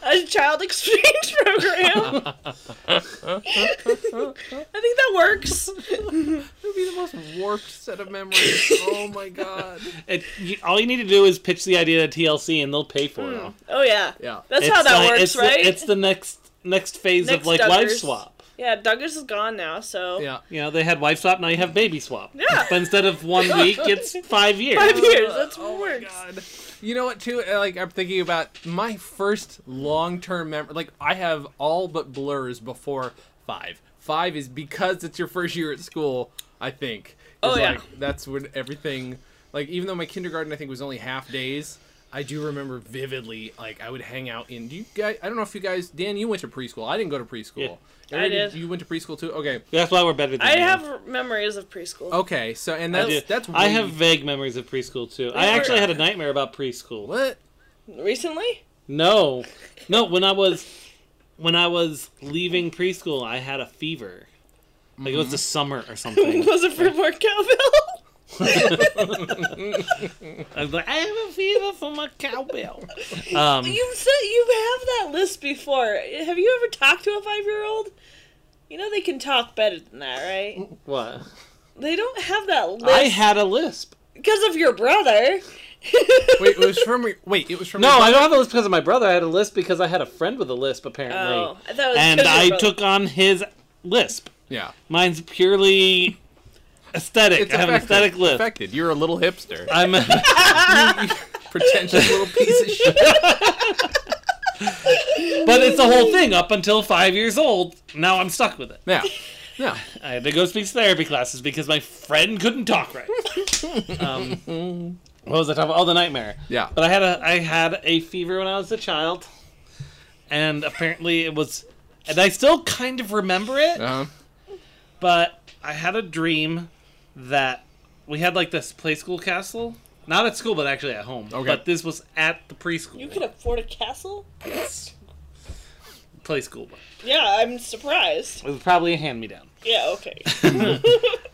a child exchange program. I think that works. would be the most warped set of memories. oh my god. It, you, All you need to do is pitch the idea to TLC and they'll pay for it. all. Oh yeah, Yeah. that's It's how that like- works, it's the- right? it's the next next phase Next of like wife Duggars. swap. yeah, Douglas is gone now, so Yeah. You know, they had wife swap, now you have baby swap. Yeah. But instead of one week, it's five years. five years. That's what oh my works. god. You know what too? uh, Like I'm thinking about my first long-term memory. Like I have all but blurs before five. Five is because it's your first year at school. I think. It's Oh, yeah. Like, that's when everything. Like even though my kindergarten I think was only half days. I do remember vividly, like I would hang out in. Do you guys? I don't know if you guys. Dan, you went to preschool. I didn't go to preschool. I Aaron, did. You went to preschool too. Okay. That's why we're better than I you. have memories of preschool. Oh. Okay. So and I do. that's that's. I way- have vague memories of preschool too. I were- actually had a nightmare about preschool. what? Recently? No, no. When I was when I was leaving preschool, I had a fever. Like it was Mm-hmm. the summer or something. Was it for more cowbell? I was like, I have a fever from a cowbell. Um, You said you have that list before. Have you ever talked to a five-year-old? You know they can talk better than that, right? what? They don't have that list I had a lisp. because of your brother. Wait, it was from. your- Wait, it was from. No, your- I don't have a lisp because of my brother. I had a lisp because I had a friend with a lisp apparently, Oh, I thought it was and 'cause of your I brother. took on his lisp. Yeah. Mine's purely aesthetic. It's I have an affected. aesthetic lisp. Affected. You're a little hipster. I'm a- Pretentious little piece of shit. But it's the whole thing up until five years old. Now I'm stuck with it. Yeah. Yeah. I had to go speech therapy classes because my friend couldn't talk right. um, what was I talking about? Oh, the nightmare. Yeah. But I had a I had a fever when I was a child, and apparently it was, and I still kind of remember it. Uh-huh. But I had a dream that we had like this play school castle. Not at school, but actually at home. Okay. But this was at the preschool. You could afford a castle? play school. one. Yeah, I'm surprised. It was probably a hand me down. Yeah, okay.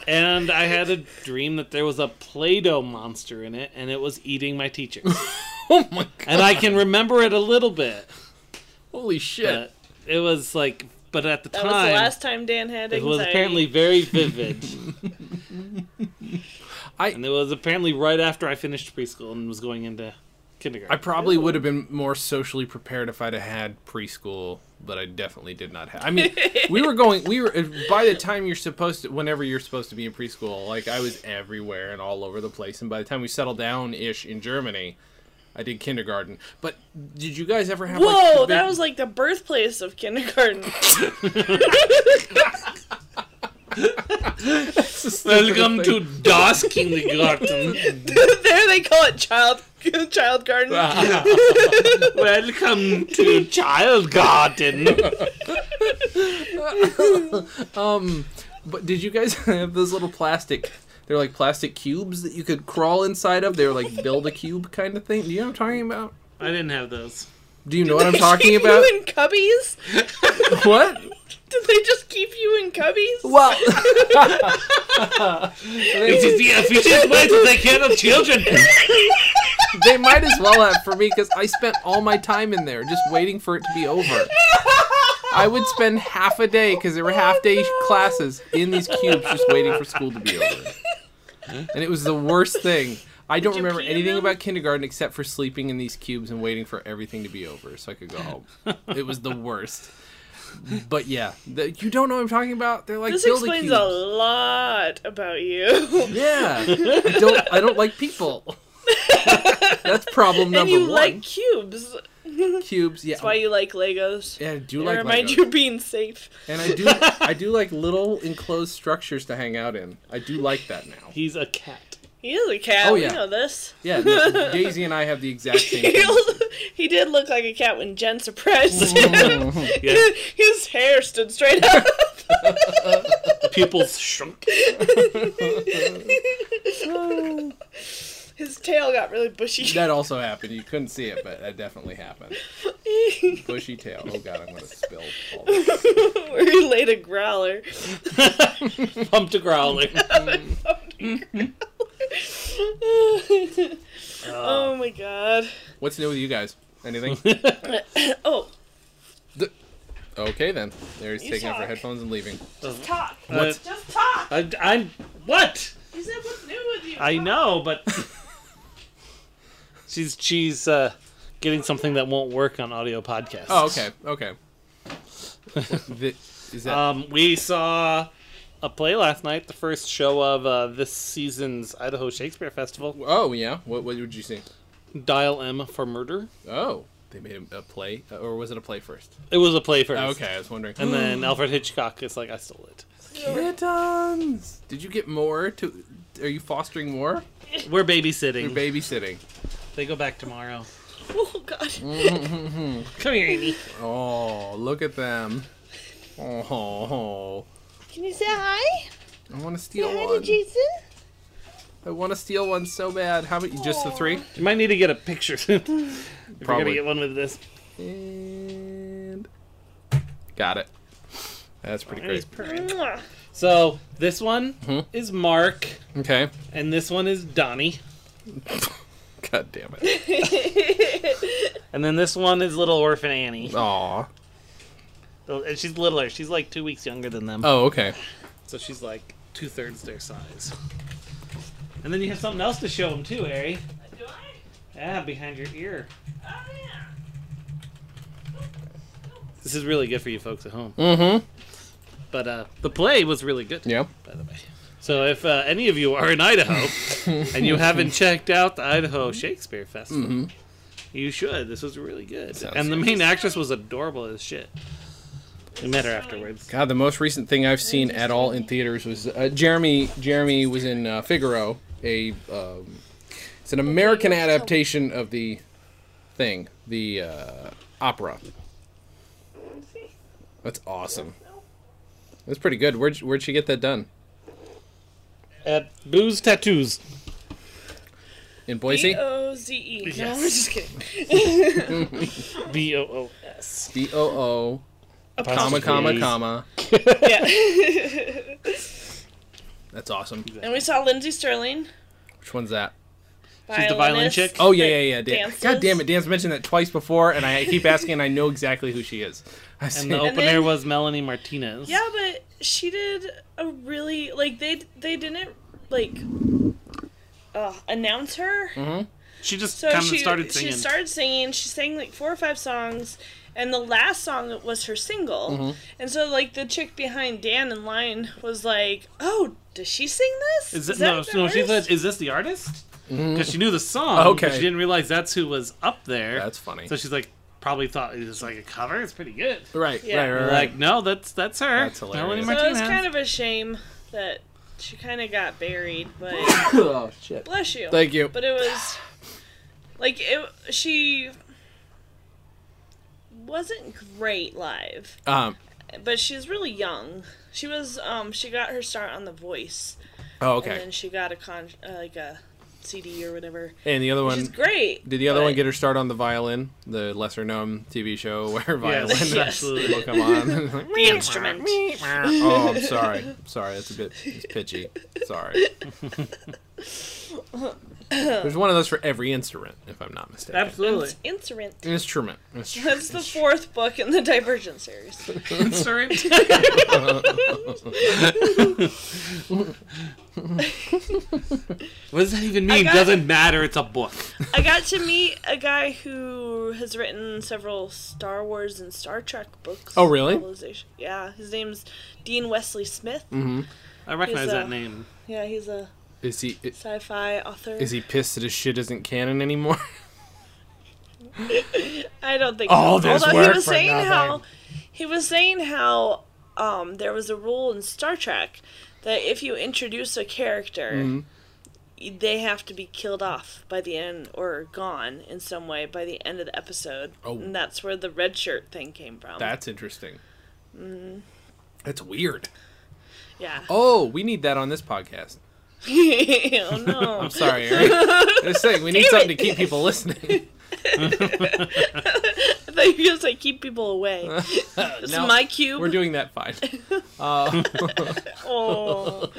And I had a dream that there was a Play Doh monster in it and it was eating my teacher. Oh my god. And I can remember it a little bit. Holy shit. But it was like, but at the That was the time, last time Dan had it anxiety. was apparently very vivid. I- and it was apparently right after I finished preschool and was going into kindergarten. I probably would have been more socially prepared if I'd have had preschool, but I definitely did not have. I mean, we were going. We were by the time you're supposed to, whenever you're supposed to be in preschool, like I was everywhere and all over the place. And by the time we settled down ish in Germany, I did kindergarten. But did you guys ever have? like, Whoa, the that big- was like the birthplace of kindergarten. Welcome to Das Kindergarten. there they call it child child garden. Welcome to Child Garden. Um, but did you guys have those little plastic? They're like plastic cubes that you could crawl inside of. They were like build a cube kind of thing. Do you know what I'm talking about? I didn't have those. Do you know what I'm talking about? You in cubbies? What? Did they just keep you in cubbies? Well, This they, is the efficient way to take care of children. they might as well have for me because I spent all my time in there just waiting for it to be over. I would spend half a day because there were half Oh, day classes in these cubes just waiting for school to be over. And it was the worst thing. I don't you remember pee in anything them? about kindergarten except for sleeping in these cubes and waiting for everything to be over so I could go home. it was the worst. But yeah, the, you don't know what I'm talking about. They're like This building explains cubes. a lot about you. Yeah, I don't. I don't like people. That's problem and number you one. like cubes. That's cubes. Yeah. why you like Legos. yeah, I do They like remind Legos. you of being safe. and I do. I do like little enclosed structures to hang out in. I do like that now. He's a cat. He is a cat. Oh, We yeah. know this. Yeah, no, Daisy and I have the exact same. he, thing. also- he did look like a cat when Jen surprised him. His, his hair stood straight up. Pupils shrunk. His tail got really bushy. That also happened. You couldn't see it, but that definitely happened. Bushy tail. Oh god, I'm gonna spill. All this. Where he laid a growler. Pumped a growler. oh my god. Oh. Oh What's new with you guys? Anything? Oh, Okay then. There he's You taking off her suck. headphones and leaving. Just talk. What? Just talk. I, I'm what? Is that what's new with you? I know, but she's she's uh, getting something that won't work on audio podcasts. Oh, okay, okay. the, is that Um, we saw a play last night, the first show of uh, this season's Idaho Shakespeare Festival. Oh yeah. What what would you see? Dial M for Murder. Oh, they made a, a play, uh, or was it a play first? It was a play first. Okay, I was wondering. And then Alfred Hitchcock is like, I stole it. Kittens. Did you get more? To are you fostering more? We're You're babysitting. babysitting. they go back tomorrow. Oh god. Come here, Amy. Oh, look at them. Oh, Can you say hi? I want to steal one. Jason. I want to steal one so bad. How about you? Just the three? You might need to get a picture soon. if you're gonna Probably. get one with this. And got it. That's pretty He's great. purring. So this one is Mark, Okay. and this one is Donnie, God damn it. and then this one is little orphan Annie. Aw. So- And she's littler. She's like two weeks younger than them. Oh, okay. So she's like two thirds their size. And then you have something else to show them too, Ari. Do I? Yeah, behind your ear. Oh yeah. This is really good for you folks at home. Mm-hmm. But uh, the play was really good. Yeah. by the way. So if uh, any of you are in Idaho and you haven't checked out the Idaho Shakespeare Festival, you should. This was really good. Sounds and the main actress was adorable as shit. We met her afterwards. God, the most recent thing I've seen at all in theaters was uh, Jeremy. Jeremy was in uh, Figaro. A um, it's an American adaptation of the thing, the uh, opera. That's awesome. That's pretty good. Where'd where'd she get that done? At Booze Tattoos. In Boise. B O Z E. No, Yes. we're just kidding. B O O S. B O O comma comma comma. Yeah. That's awesome. and we saw Lindsay Sterling. Which one's that? She's the violin violinist. chick? Oh yeah, yeah, yeah. Dan. Dances. God damn it, Dan's mentioned that twice before, and I keep asking. I know exactly who she is. I see. And the opener then- was Melanie Martinez. Yeah, but she did a really like they they didn't like uh, announce her. She just So kind of she started singing. she started singing. She sang like four or five songs, and the last song was her single. Mm-hmm. And so like the chick behind Dan in line was like, "Oh, does she sing this? is it, that no, the no, she artist?" said, is this the artist? Because she knew the song. Okay. Mm-hmm. Okay. she didn't realize that's who was up there. That's funny. So she's like, probably thought it was like a cover. It's pretty good. right, Yeah. right, right, right. Like, no, that's that's her. That's hilarious. Melanie So Martinez. it's kind of a shame that she kind of got buried, but oh shit. bless you. Thank you. But it was like it. She wasn't great live, Um. but she's really young. She was. Um. She got her start on The Voice, Oh, and okay. then she got a con uh, like a CD or whatever. And the other Which is one. great. Did the other but- one get her start on the violin, the lesser known TV show where violin yes, Yes. absolutely. will come on? the instrument? oh, I'm sorry. I'm sorry, that's a bit it's pitchy. Sorry. There's one of those for every instrument, if I'm not mistaken. absolutely. Instrument. Instrument. Instrument. That's the fourth book in the Divergent series. Instrument. what does that even mean? got- Doesn't matter. It's a book. I got to meet a guy who has written several Star Wars and Star Trek books. Oh, really? Novelization- Yeah, his name's Dean Wesley Smith. Mm. I recognize He's, uh, that name. Yeah, he's a Is he is, sci-fi author. is he pissed that his shit isn't canon anymore? I don't think. All so. this Although Oh, work he was for saying how nothing. he was saying how um, there was a rule in Star Trek that if you introduce a character, Mm-hmm. y- they have to be killed off by the end or gone in some way by the end of the episode, Oh. and that's where the red shirt thing came from. That's interesting. Mm. That's weird. yeah. Oh, we need that on this podcast. oh no. I'm sorry, Eric. I was saying we need Damn something it. to keep people listening. I thought you were gonna say keep people away. This Uh, No, is my cube. We're doing that fine. Uh, Oh.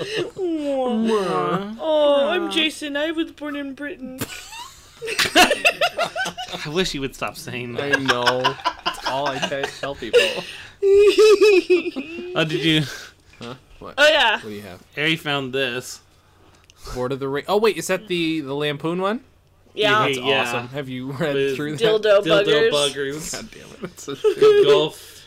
Aw. oh, I'm Jason. I was born in Britain. I wish you would stop saying that. I know. That's all I tell people. Oh, did you? Huh? What? oh yeah. What do you have? Harry found this. Lord of the Ring. Oh wait, is that the the lampoon one? Yeah. Hey, That's yeah. awesome. Have you read With through that? Dildo, buggers. Dildo buggers. God damn it! It's so, Golf.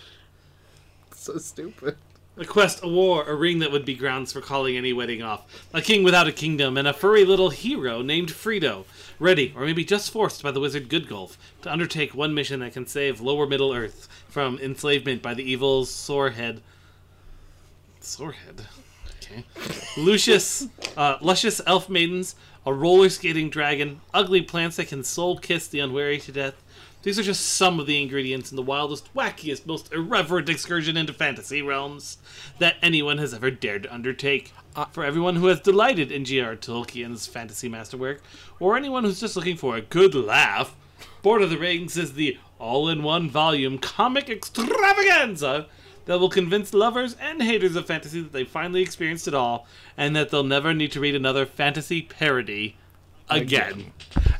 so stupid. A quest, a war, a ring that would be grounds for calling any wedding off. A king without a kingdom, and a furry little hero named Frito, ready, or maybe just forced by the wizard Goodgolf, to undertake one mission that can save lower Middle Earth from enslavement by the evil Sorehead. Sorehead? Okay. Lucius, uh, luscious elf maidens, a roller skating dragon, ugly plants that can soul kiss the unwary to death. These are just some of the ingredients in the wildest, wackiest, most irreverent excursion into fantasy realms that anyone has ever dared to undertake. Uh, for everyone who has delighted in G.R. Tolkien's fantasy masterwork, or anyone who's just looking for a good laugh, Lord of the Rings is the all in one volume comic extravaganza that will convince lovers and haters of fantasy that they finally experienced it all and that they'll never need to read another fantasy parody again.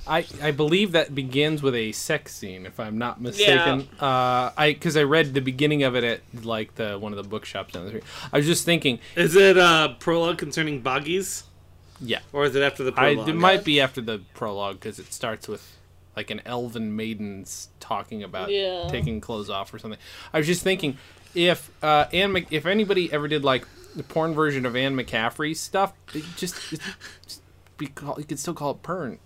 I, I believe that begins with a sex scene, if I'm not mistaken. Uh, I because I read the beginning of it at like the one of the bookshops down the street. I was just thinking, Is it a prologue concerning boggies? yeah, Or is it after the I, prologue? it might be after the prologue because it starts with like an elven maiden's talking about Yeah. taking clothes off or something. I was just thinking if uh, Anne Mc- if anybody ever did like the porn version of Anne McCaffrey's stuff, it just, it, just be call, you could still call it porn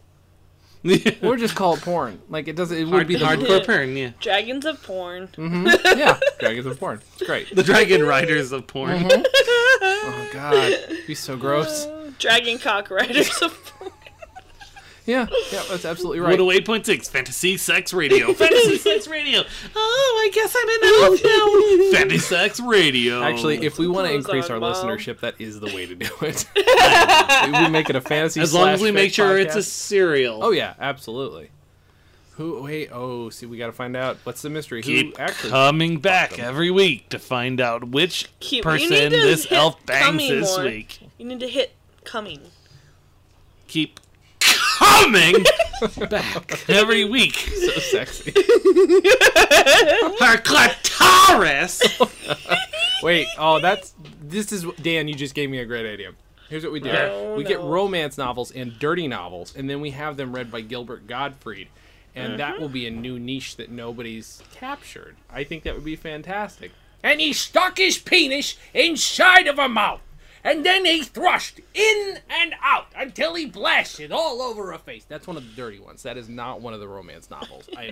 or just call it porn. Like it doesn't. It would be the hardcore porn, yeah. Dragons of porn. yeah, dragons of porn. It's great. The Dragon Riders of porn. Oh god, it'd be so gross. Dragon cock riders of porn. Yeah, yeah, that's absolutely right. 108.6 Fantasy Sex Radio. Fantasy Sex Radio. Oh, I guess I'm in the house now. Fantasy Sex Radio. Actually, if we want to Clothes increase on, our Mom. listenership, that is the way to do it. we make it a fantasy. as long as slash we make fic sure podcast. it's a serial. Oh yeah, absolutely. Who? Wait. Oh, see, we got to find out what's the mystery. Keep Who actually? coming back every week to find out which Keep- you person need to this hit elf bangs coming this more. week. You need to hit coming. Keep coming back every week. so sexy. Her clitoris. Wait. Oh, that's. This is Dan. You just gave me a great idea. Here's what we do. No, we get no. romance novels and dirty novels, and then we have them read by Gilbert Gottfried, and that will be a new niche that nobody's captured. I think that would be fantastic. And he stuck his penis inside of a mouth, and then he thrust in and out until he blasted all over her face. That's one of the dirty ones. That is not one of the romance novels. I,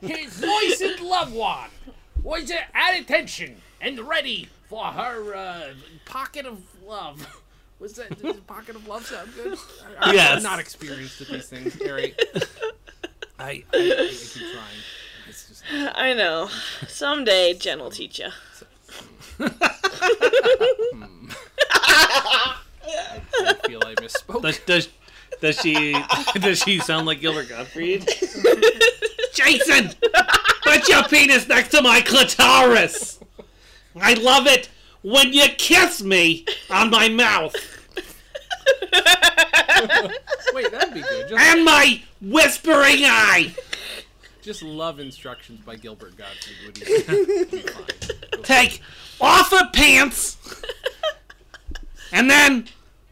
his moistened love wand was at attention and ready for her uh, pocket of love. Was that does pocket of love sound good? I- Yes. I'm not experienced at these things, Harry. I, I, I keep trying. It's just I know. Someday Jen will teach you. I feel I misspoke. Does, does, does she does she sound like Gilbert Gottfried? Jason, put your penis next to my clitoris. I love it when you kiss me on my mouth Wait, that'd be good. Just, and my whispering eye. just love instructions by Gilbert Gottfried. Would you? Be fine. Take off her pants and then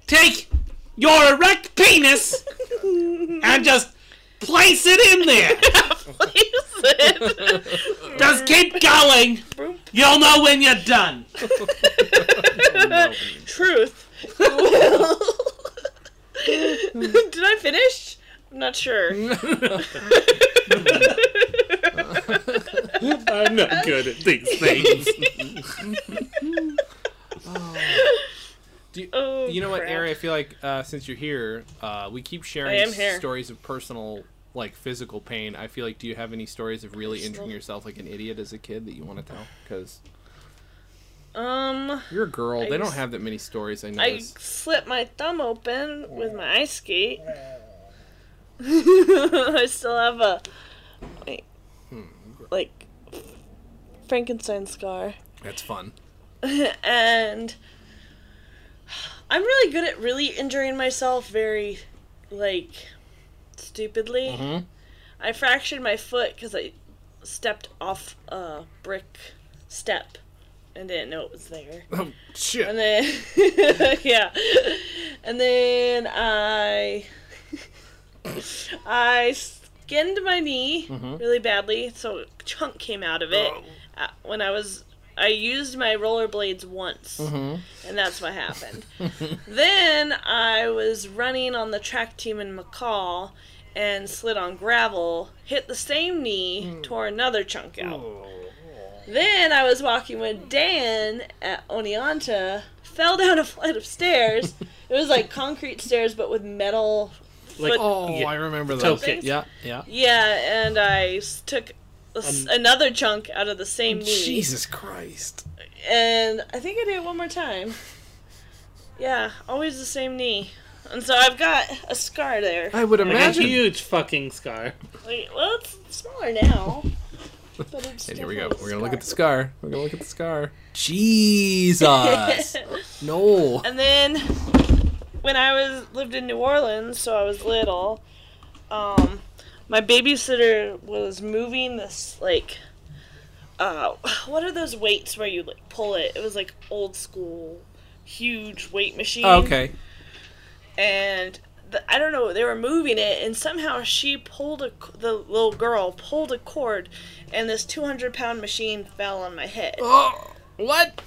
take your erect penis and just place it in there. Just keep going. You'll know when you're done. No. Truth. You will. Did I finish? I'm not sure. Uh, I'm not good at these things. Do you, Oh, you know what, crap. Ari? I feel like uh, since you're here, uh, we keep I sharing am here. stories of personal, like physical pain. I feel like, do you have any stories of really injuring yourself like an idiot as a kid that you want to tell? Because Um, you're a girl. I they don't s- have that many stories. I I notice. slipped my thumb open with my ice skate. I still have a wait, like Frankenstein scar. That's fun. and I'm really good at really injuring myself very, like, stupidly. I fractured my foot because I stepped off a brick step and didn't know it was there. Oh, shit. And then, yeah, and then I, I skinned my knee really badly, so a chunk came out of it. Uh, when I was, I used my rollerblades once, and that's what happened. then I was running on the track team in McCall. And slid on gravel, hit the same knee, tore another chunk out. Then I was walking with Dan at Oneonta, fell down a flight of stairs. it was like concrete stairs, but with metal. Like, But- Oh, yeah. I remember Toe those. kick. Yeah, yeah. Yeah, and I s- took a Um, s another chunk out of the same knee, Jesus Christ. and I think I did it one more time. Yeah, always the same knee, and so I've got a scar there. I would Like imagine. a huge fucking scar. Like, well, it's smaller now. But it's And here we go. definitely a We're gonna look at the scar. scar. We're gonna look at the scar. Jesus. no. And then when I was lived in New Orleans, so I was little, um, my babysitter was moving this like uh what are those weights where you like pull it? It was like old school huge weight machine. Oh, Okay. And the, I don't know, they were moving it and somehow she pulled a c- the little girl pulled a cord and this 200 pound machine fell on my head. Oh, what?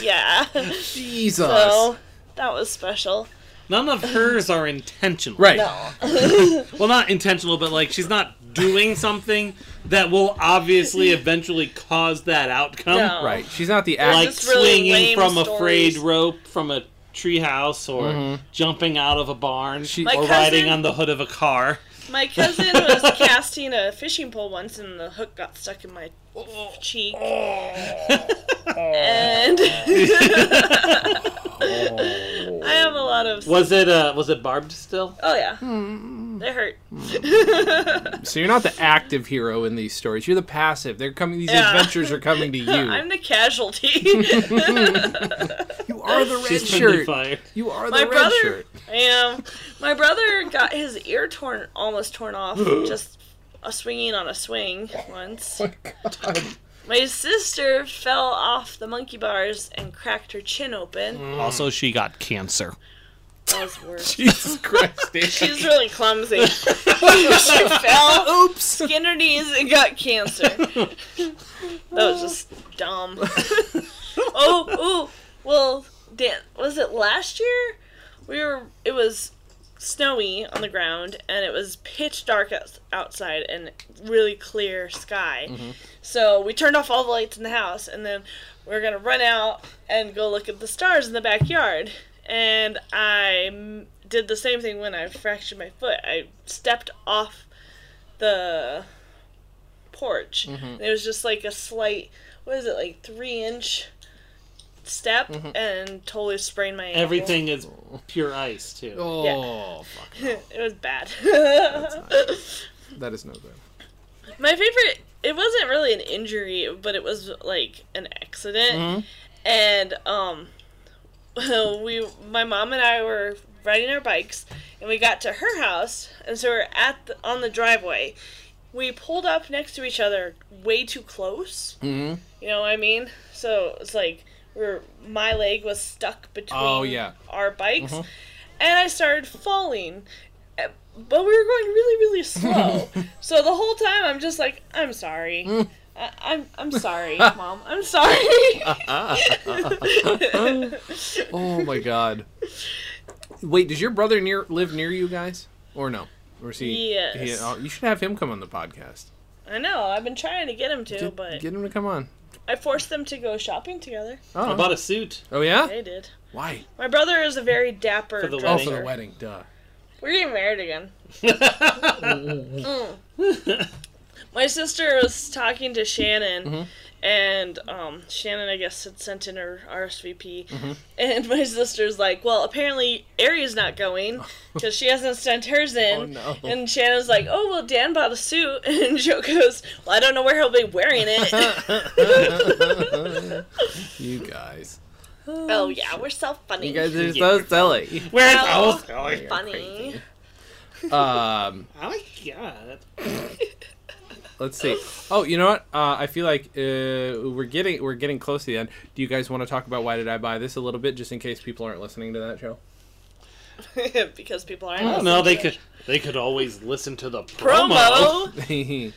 yeah. Jesus. So that was special. None of hers are intentional. right. Well, not intentional, but like she's not doing something that will obviously eventually cause that outcome. No. Um, Right. She's not the Like actress. Just really swinging lame from a stories. frayed rope from a treehouse or jumping out of a barn She- My or cousin- riding on the hood of a car. My cousin was casting a fishing pole once, and the hook got stuck in my cheek. and I have a lot of. Was it uh was it barbed still? Oh yeah, they hurt. so you're not the active hero in these stories. You're the passive. They're coming. These Yeah. adventures are coming to I'm you. the casualty. you are the red She's been shirt. fired. You are the My red brother- shirt. I am. My brother got his ear torn, almost torn off, just a swinging on a swing once. Oh my God. My sister fell off the monkey bars and cracked her chin open. Mm. Also, she got cancer. That was worse. Jesus Christ. Dan. She's really clumsy. she fell, Oops. skinned her knees, and got cancer. that was just dumb. oh, oh, well, Dan, was it last year? We were. It was snowy on the ground, and it was pitch dark outs outside, and really clear sky. So we turned off all the lights in the house, and then we are gonna run out and go look at the stars in the backyard. And I mm, did the same thing when I fractured my foot. I stepped off the porch. And it was just like a slight, what is it, like three inch step, and totally sprained my ankle. Everything is pure ice too. Oh, it was bad. fuck. That is no good. My favorite. It wasn't really an injury, but it was like an accident, Mm-hmm. and um, we, my mom and I were riding our bikes, and we got to her house, and so we're at the, on the driveway. We pulled up next to each other, way too close. Mhm. You know what I mean? So it's like we're my leg was stuck between Oh, yeah. Mm-hmm. our bikes, and I started falling. Uh, But we were going really, really slow. so the whole time I'm just like, I'm sorry. Mm. I, I'm I'm sorry, mom. I'm sorry. Oh my god. Wait, does your brother near live near you guys, or no? Or is he? he- Yes. oh, you should have him come on the podcast. I know. I've been trying to get him to, Get, but get him to come on. I forced them to go shopping together. I Oh, bought a suit. oh yeah. They did. Why? My brother is a very dapper For the driver. Oh, Wedding. for the wedding. Duh. We're getting married again. Mm. My sister was talking to Shannon, Mm-hmm. and um, Shannon, I guess, had sent in her RSVP. Mm-hmm. And my sister's like, Well, apparently Ari's not going because she hasn't sent hers in. Oh, no. And Shannon's like, Oh, well, Dan bought a suit. And Joe goes, Well, I don't know where he'll be wearing it. You guys. oh, yeah, we're so funny. You guys are so silly. Where's Oh. oh, oh funny. Um. my god. Let's see. Oh, you know what? Uh, I feel like uh, we're getting we're getting close to the end. Do you guys want to talk about why did I buy this a little bit, just in case people aren't listening to that show? because people aren't. I listening don't know. to They it. could they could always listen to the promo. promo.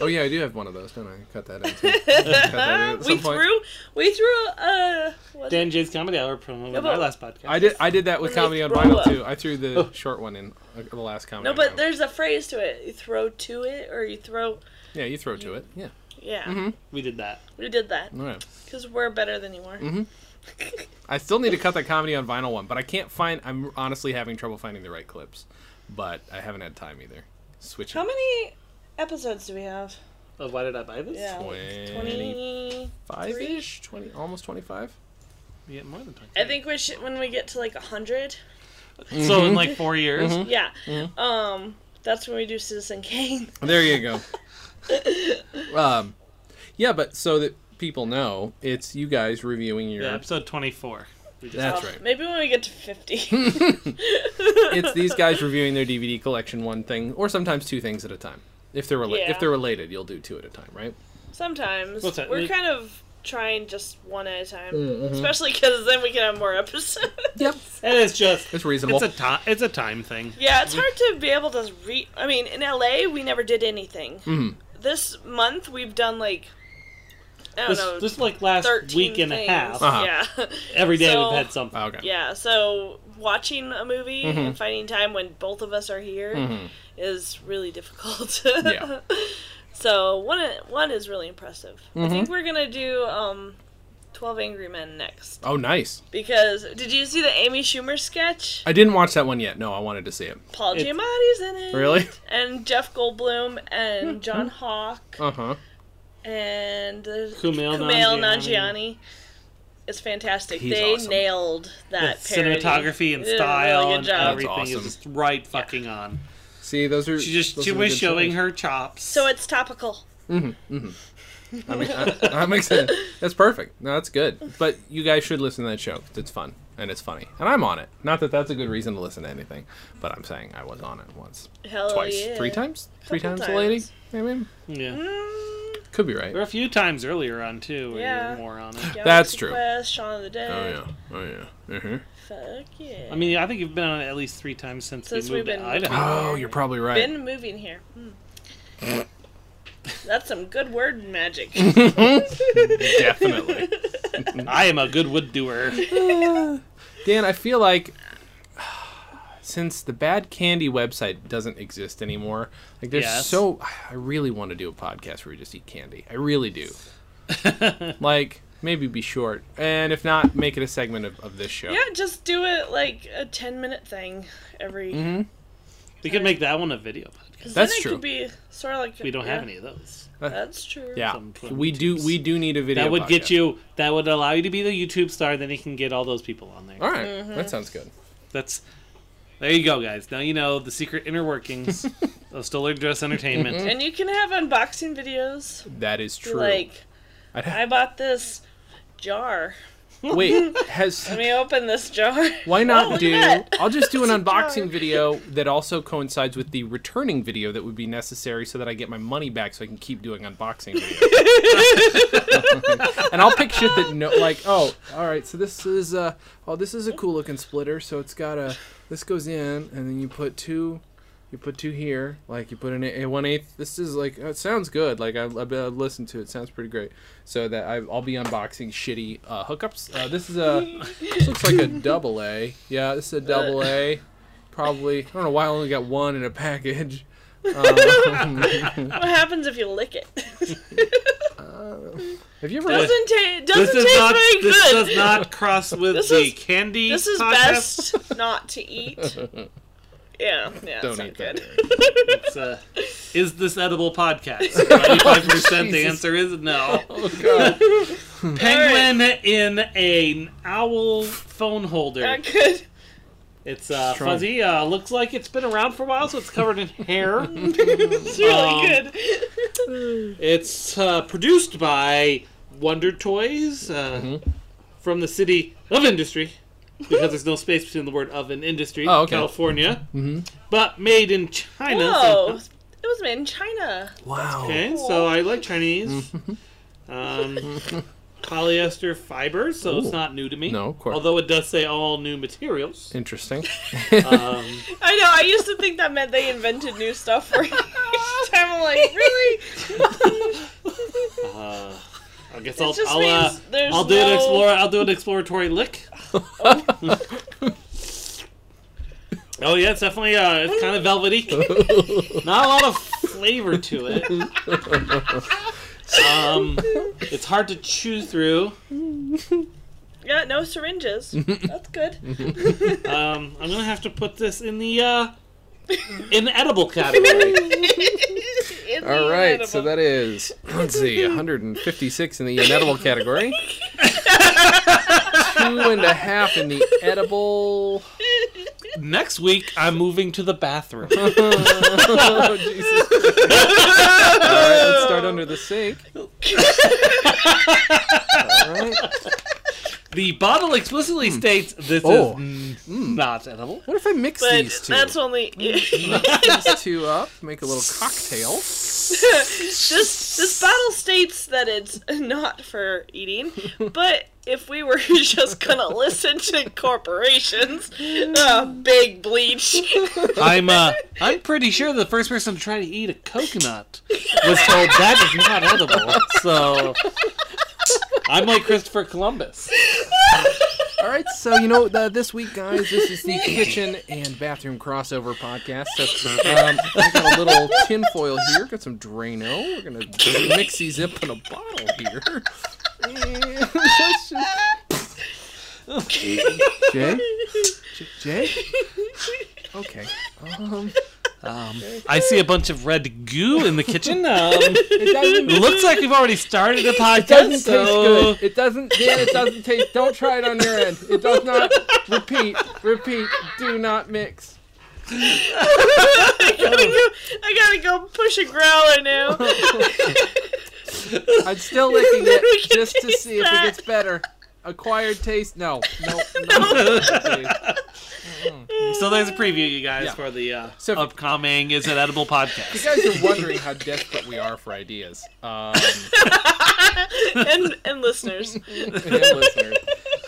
oh yeah, I do have one of those. Don't I cut that in? too. Cut that in at Uh, we some point. threw we threw uh what- Dan J's Comedy Hour promo in No, our but- last podcast. I did. I did that with When they comedy on throw vinyl up. Oh. too. I threw the short one in uh, the last comedy. no on but Vinyl. there's a phrase to it you throw to it or you throw yeah, you throw to it. Yeah. yeah we did that. we did that All right. because we're better than you are Mm-hmm. I still need to cut that comedy on vinyl one, but I can't find. I'm honestly having trouble finding the right clips, but I haven't had time either. Switch. how many episodes do we have Of why did I buy this? yeah it. 20 Five ish, twenty, almost twenty-five. We get more than twenty. i think we should when we get to like 100 Mm-hmm. So in like four years, yeah Mm-hmm. um that's when we do citizen kane There you go. um, yeah, but so that people know, it's you guys reviewing your. yeah, episode twenty four. That's Oh, right. maybe when we get to 50 It's these guys reviewing their DVD collection, one thing or sometimes two things at a time. If they're rela- Yeah. if they're related, you'll do two at a time, right? sometimes What's that, we're like- Mm-hmm. kind of trying just one at a time especially because then we can have more episodes Yep, And it's just it's reasonable. it's a time it's a time thing. Yeah, it's hard to be able to re. I mean, in LA, we never did anything. Mm-hmm. This month, we've done like I don't This, know, this like last thirteen week and things. a half. Uh-huh. Yeah, Every day So- we've had something. Oh, okay. yeah. So watching a movie Mm-hmm. and finding time when both of us are here is really difficult. Yeah. So one one is really impressive. I Mm-hmm. think we're gonna do um, Twelve Angry Men next Oh, nice. because did you see the Amy Schumer sketch? I didn't watch that one yet. No, I wanted to see it. Paul It's- Giamatti's in it. Really? and Jeff Goldblum and John Hawk Uh huh. and uh, Kumail Kumail, Nanjiani. Nanjiani. It's fantastic. He's they awesome. nailed that The parody. cinematography and They did a style really good and job. everything awesome. is just right fucking on. See, those are. She just those she are was good showing choices. her chops. So it's topical. mm-hmm. I mean, I, I'm excited. That's perfect. No, that's good. But you guys should listen to that show. 'cause It's fun and it's funny, and I'm on it. Not that that's a good reason to listen to anything, but I'm saying I was on it once, Hell twice, Oh, yeah. three times, three Couple times, a lady. times. Maybe Mm-hmm. yeah. Mm, could be There were right. a few times earlier on too where you Yeah. were more on it. Galaxy That's true. Quest, Shaun of the Dead. Oh yeah. Oh yeah. hmm Fuck yeah. I mean I think you've been on it at least three times since, Since we we've moved to been- Idaho. Oh, you're probably right. been moving here. Hmm. That's some good word magic. Definitely. I am a good wood doer. Dan, I feel like since the bad candy website doesn't exist anymore, like there's Yes. so I really want to do a podcast where we just eat candy. I really do. like maybe be short, and if not, make it a segment of, of this show. yeah, just do it like a ten minute thing every. We could make that one a video podcast. 'cause Mm-hmm. That's then it true. Could be sort of like We don't yeah, have any of those. That's true. Yeah, Some fun we do. We do need a video. That would podcast. get you. That would allow you to be the YouTube star. Then you can get all those people on there. All right. Mm-hmm. that sounds good. That's. There you go, guys. Now you know the secret inner workings of Stoller Dress Entertainment. And you can have unboxing videos. That is true. Like, I'd- I bought this jar. Wait, has Let me open this jar. Why not Oh, look at do? that. I'll just do an unboxing jar. video that also coincides with the returning video that would be necessary so that I get my money back so I can keep doing unboxing videos. and I'll pick shit that no, like, oh, all right, so this is uh, oh, this is a cool looking splitter. So it's got a this goes in, and then you put two. You put two here, like you put an a one eighth. This is like oh, it sounds good. Like I, I, I listened to it, sounds pretty great. So that I, I'll be unboxing shitty uh, hookups. Uh, this is a this looks like a double A. Yeah, this is a double A. Probably. I don't know why I only got one in a package. Um, What happens if you lick it? uh, Have you ever? doesn't taste. Doesn't This does taste not. very This good. does not cross with This the is- candy. This is podcast. best not to eat. Yeah, yeah, Don't it's not eat that. good. It's, uh, is this edible podcast? Ninety-five percent. The Jesus. answer is no. Oh god. Penguin in an owl phone holder. Not good. It's uh, Strong. fuzzy. Uh, looks like it's been around for a while, so it's covered in hair. It's really Um, good. It's uh, produced by Wonder Toys uh, Mm-hmm. from the city of Industry, because there's no space between the word of and industry, Oh, okay. California, but made in China. so- Whoa. It was made in China. Wow. Okay, so I like Chinese. Mm-hmm. um, polyester fiber, so Ooh. it's not new to me. No, of course. Although it does say all new materials. Interesting. Um, I know. I used to think that meant they invented new stuff for each time. I'm like, really? uh, I guess It I'll just I'll, uh, means there's I'll do an no- explore. I'll do an exploratory lick. oh yeah, it's definitely uh, it's kind of velvety. Not a lot of flavor to it. Um, it's hard to chew through. Yeah, no syringes. That's good. Um, I'm gonna have to put this in the uh, in the edible category. It's All right, so inedible. that is let's see, 156 in the inedible category, two and a half in the edible. Next week, I'm moving to the bathroom. oh, Jesus. All right, let's start under the sink. All right. The bottle explicitly states this Oh. is n- not edible. What if I mix But these two? that's only These two up, make a little cocktail. this this bottle states that it's not for eating, but if we were just gonna listen to corporations, uh, big bleach. I'm uh, I'm pretty sure the first person to try to eat a coconut was told that is not edible. So I'm like Christopher Columbus. All right, so you know uh, this week, guys, this is the kitchen and bathroom crossover podcast. So um, I got a little tinfoil here, got some Drano. We're gonna mix these up in a bottle here. And let's just- Jay, J- Jay, okay. Um, Um, I see a bunch of red goo in the kitchen. Um, it doesn't, it looks like we've already started the it doesn't podcast. taste So good. It doesn't. Dan, it doesn't taste. Don't try it on your end. It does not. Repeat. Repeat. Do not mix. I gotta go. I gotta go push a growler now. I'm still licking Then we it can just to taste see that. if it gets better. Acquired taste? No, no, no. so there's a preview, you guys, Yeah. for the uh, So if- upcoming "Is It Edible" podcast. you guys are wondering how desperate we are for ideas, um, and and listeners, and listeners.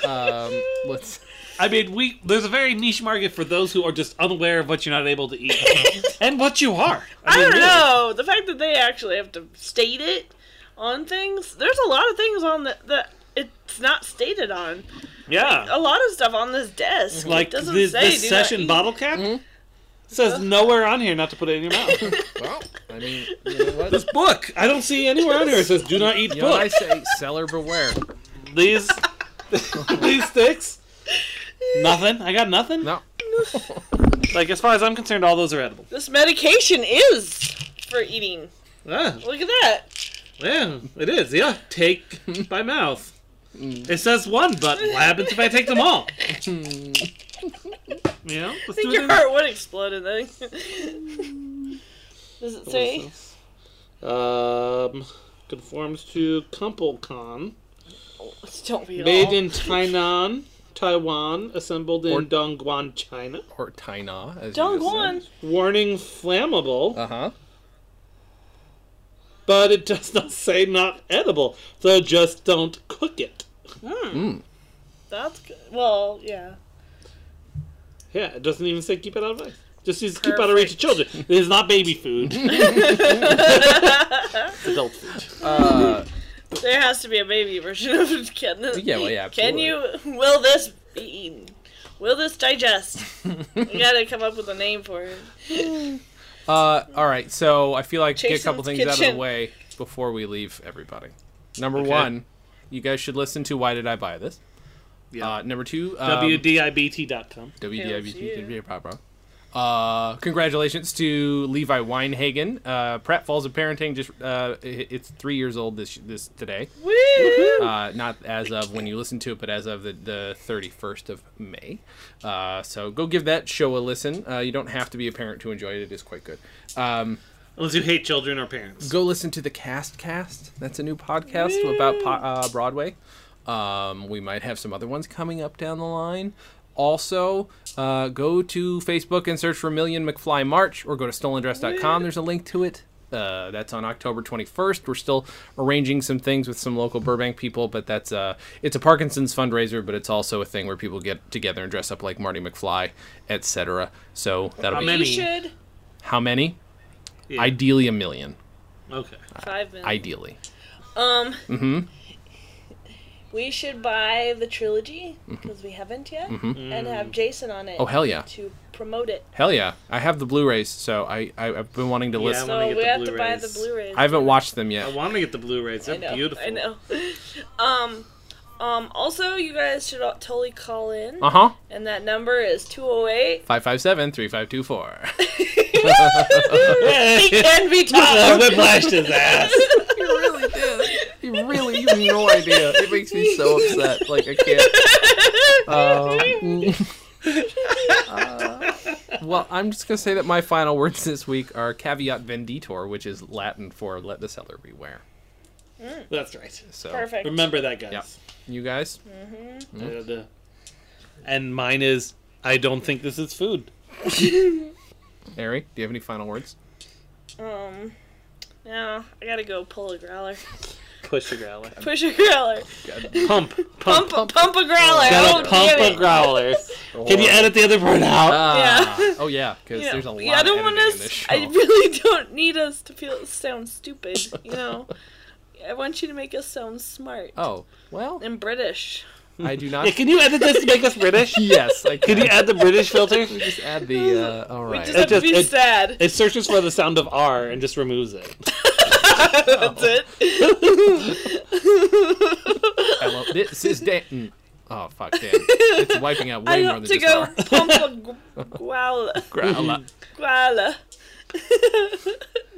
Um, let's. I mean, we there's a very niche market for those who are just unaware of what you're not able to eat and what you are. I mean, don't really. know the fact that they actually have to state it on things. There's a lot of things on that that it's not stated on. Yeah, A lot of stuff on this desk. oh, like it doesn't this, say this do Mm-hmm. not session eat. bottle cap says nowhere on here not to put it in your mouth. Well, I mean, you know what? this book, I don't see anywhere on here. It says do not eat You know what I book. say? Seller beware. These these sticks, nothing. I got nothing. No. Like as far as I'm concerned, all those are edible. This medication is for eating. Ah, Look at that. yeah, it is. Yeah, take by mouth. It says one, but what happens if I take them all? Mm, You know, let's I think do it your in- heart would explode in that. Does it say? Um, conforms to Kumpelkan. Don't be Made all. in Tainan, Taiwan. Assembled in Or- Dongguan, China. Or Taina. as you Don't just go on. Warning flammable, said. Uh-huh. but it does not say not edible. So just don't cook it. Mm. That's good. Well, yeah. Yeah, it doesn't even say keep it out of ice. Just says keep out of reach of children. This is not baby food. It's adult food. Uh, There has to be a baby version of can this Yeah, well, yeah, eat? Can you? Will this be eaten? Will this digest? we gotta come up with a name for it. Uh, all right, so I feel like get a Jason's couple things out of kitchen. the way before we leave everybody. Number one, you guys should listen to "Why Did I Buy This." Uh, number two, um, WDIBT.com. WDIBT. blah, blah. Uh, congratulations to Levi Weinhagen. Uh, Pratt Falls of Parenting just uh, it- it's three years old this this today. Woo! Uh, not as of when you listen to it, but as of the, the 31st of May. Uh, so go give that show a listen. Uh, you don't have to be a parent to enjoy it. It is quite good. Um, Unless you hate children or parents. go listen to the cast cast that's a new podcast about po- uh, broadway um, we might have some other ones coming up down the line Also, uh, go to Facebook and search for Million McFly March or go to stolendress.com. There's a link to it. Uh, that's on October 21st. We're still arranging some things with some local Burbank people, but that's uh, it's a Parkinson's fundraiser, but it's also a thing where people get together and dress up like Marty McFly, etc. So that'll be You many? should. how many? Yeah. Ideally, a million. Okay. Five minutes. Ideally. Um, hmm we should buy the trilogy because we haven't yet, and Mm. have Jason on it. Mm-hmm. Oh hell yeah, To promote it, hell yeah! I have the Blu-rays, so I, I I've been wanting to Yeah, listen. wanna so get we the have to buy the Blu-rays. Blu-rays. I haven't watched them I yet. want to get the Blu-rays. They're I know, beautiful. I know. Um, um. Also, you guys should all- totally call in, Uh huh. and that number is two zero eight. Five five seven three five two four. He can be Ah, I taught. whiplashed his ass. You really did. You really, you have no idea. It makes me so upset. Like I can't. Uh, um, well, I'm just gonna say that my final words this week are caveat venditor, which is Latin for "let the seller beware." That's right. So, Perfect. Remember that, guys. Yeah. you guys, Uh, And mine is, I don't think this is food. Ari, do you have any final words? Um. Now I gotta go pull a growler. Push a growler. Push a growler. Pump. Pump. Pump, pump, a growler. Gotta Oh, pump damn a it. growler. Can you edit the other part out? Ah. Yeah. Oh yeah, because You know, there's a lot yeah, I don't of want editing in this us. show. I really don't need us to feel sound stupid. You know, I want you to make us sound smart Oh well, and British. I do Yeah, not. can you edit this to make us British? yes, I Can you can. add the British filter? We just add the. Uh, all right. We just have to just- be it- sad. It searches for the sound of R and just removes it. That's it. I love this is Dan. Oh fuck, Dan! It's wiping out I way more want to than just go R. pump a gu- growler. Growler. Growler.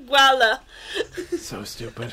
growler. So stupid.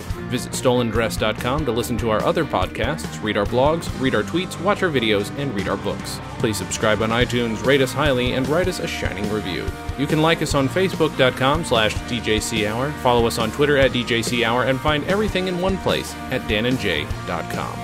Visit stolendress.com to listen to our other podcasts, read our blogs, read our tweets, watch our videos, and read our books. Please subscribe on iTunes, rate us highly, and write us a shining review. You can like us on facebook.com slash djchour, follow us on Twitter at djchour, and find everything in one place at danandjay.com.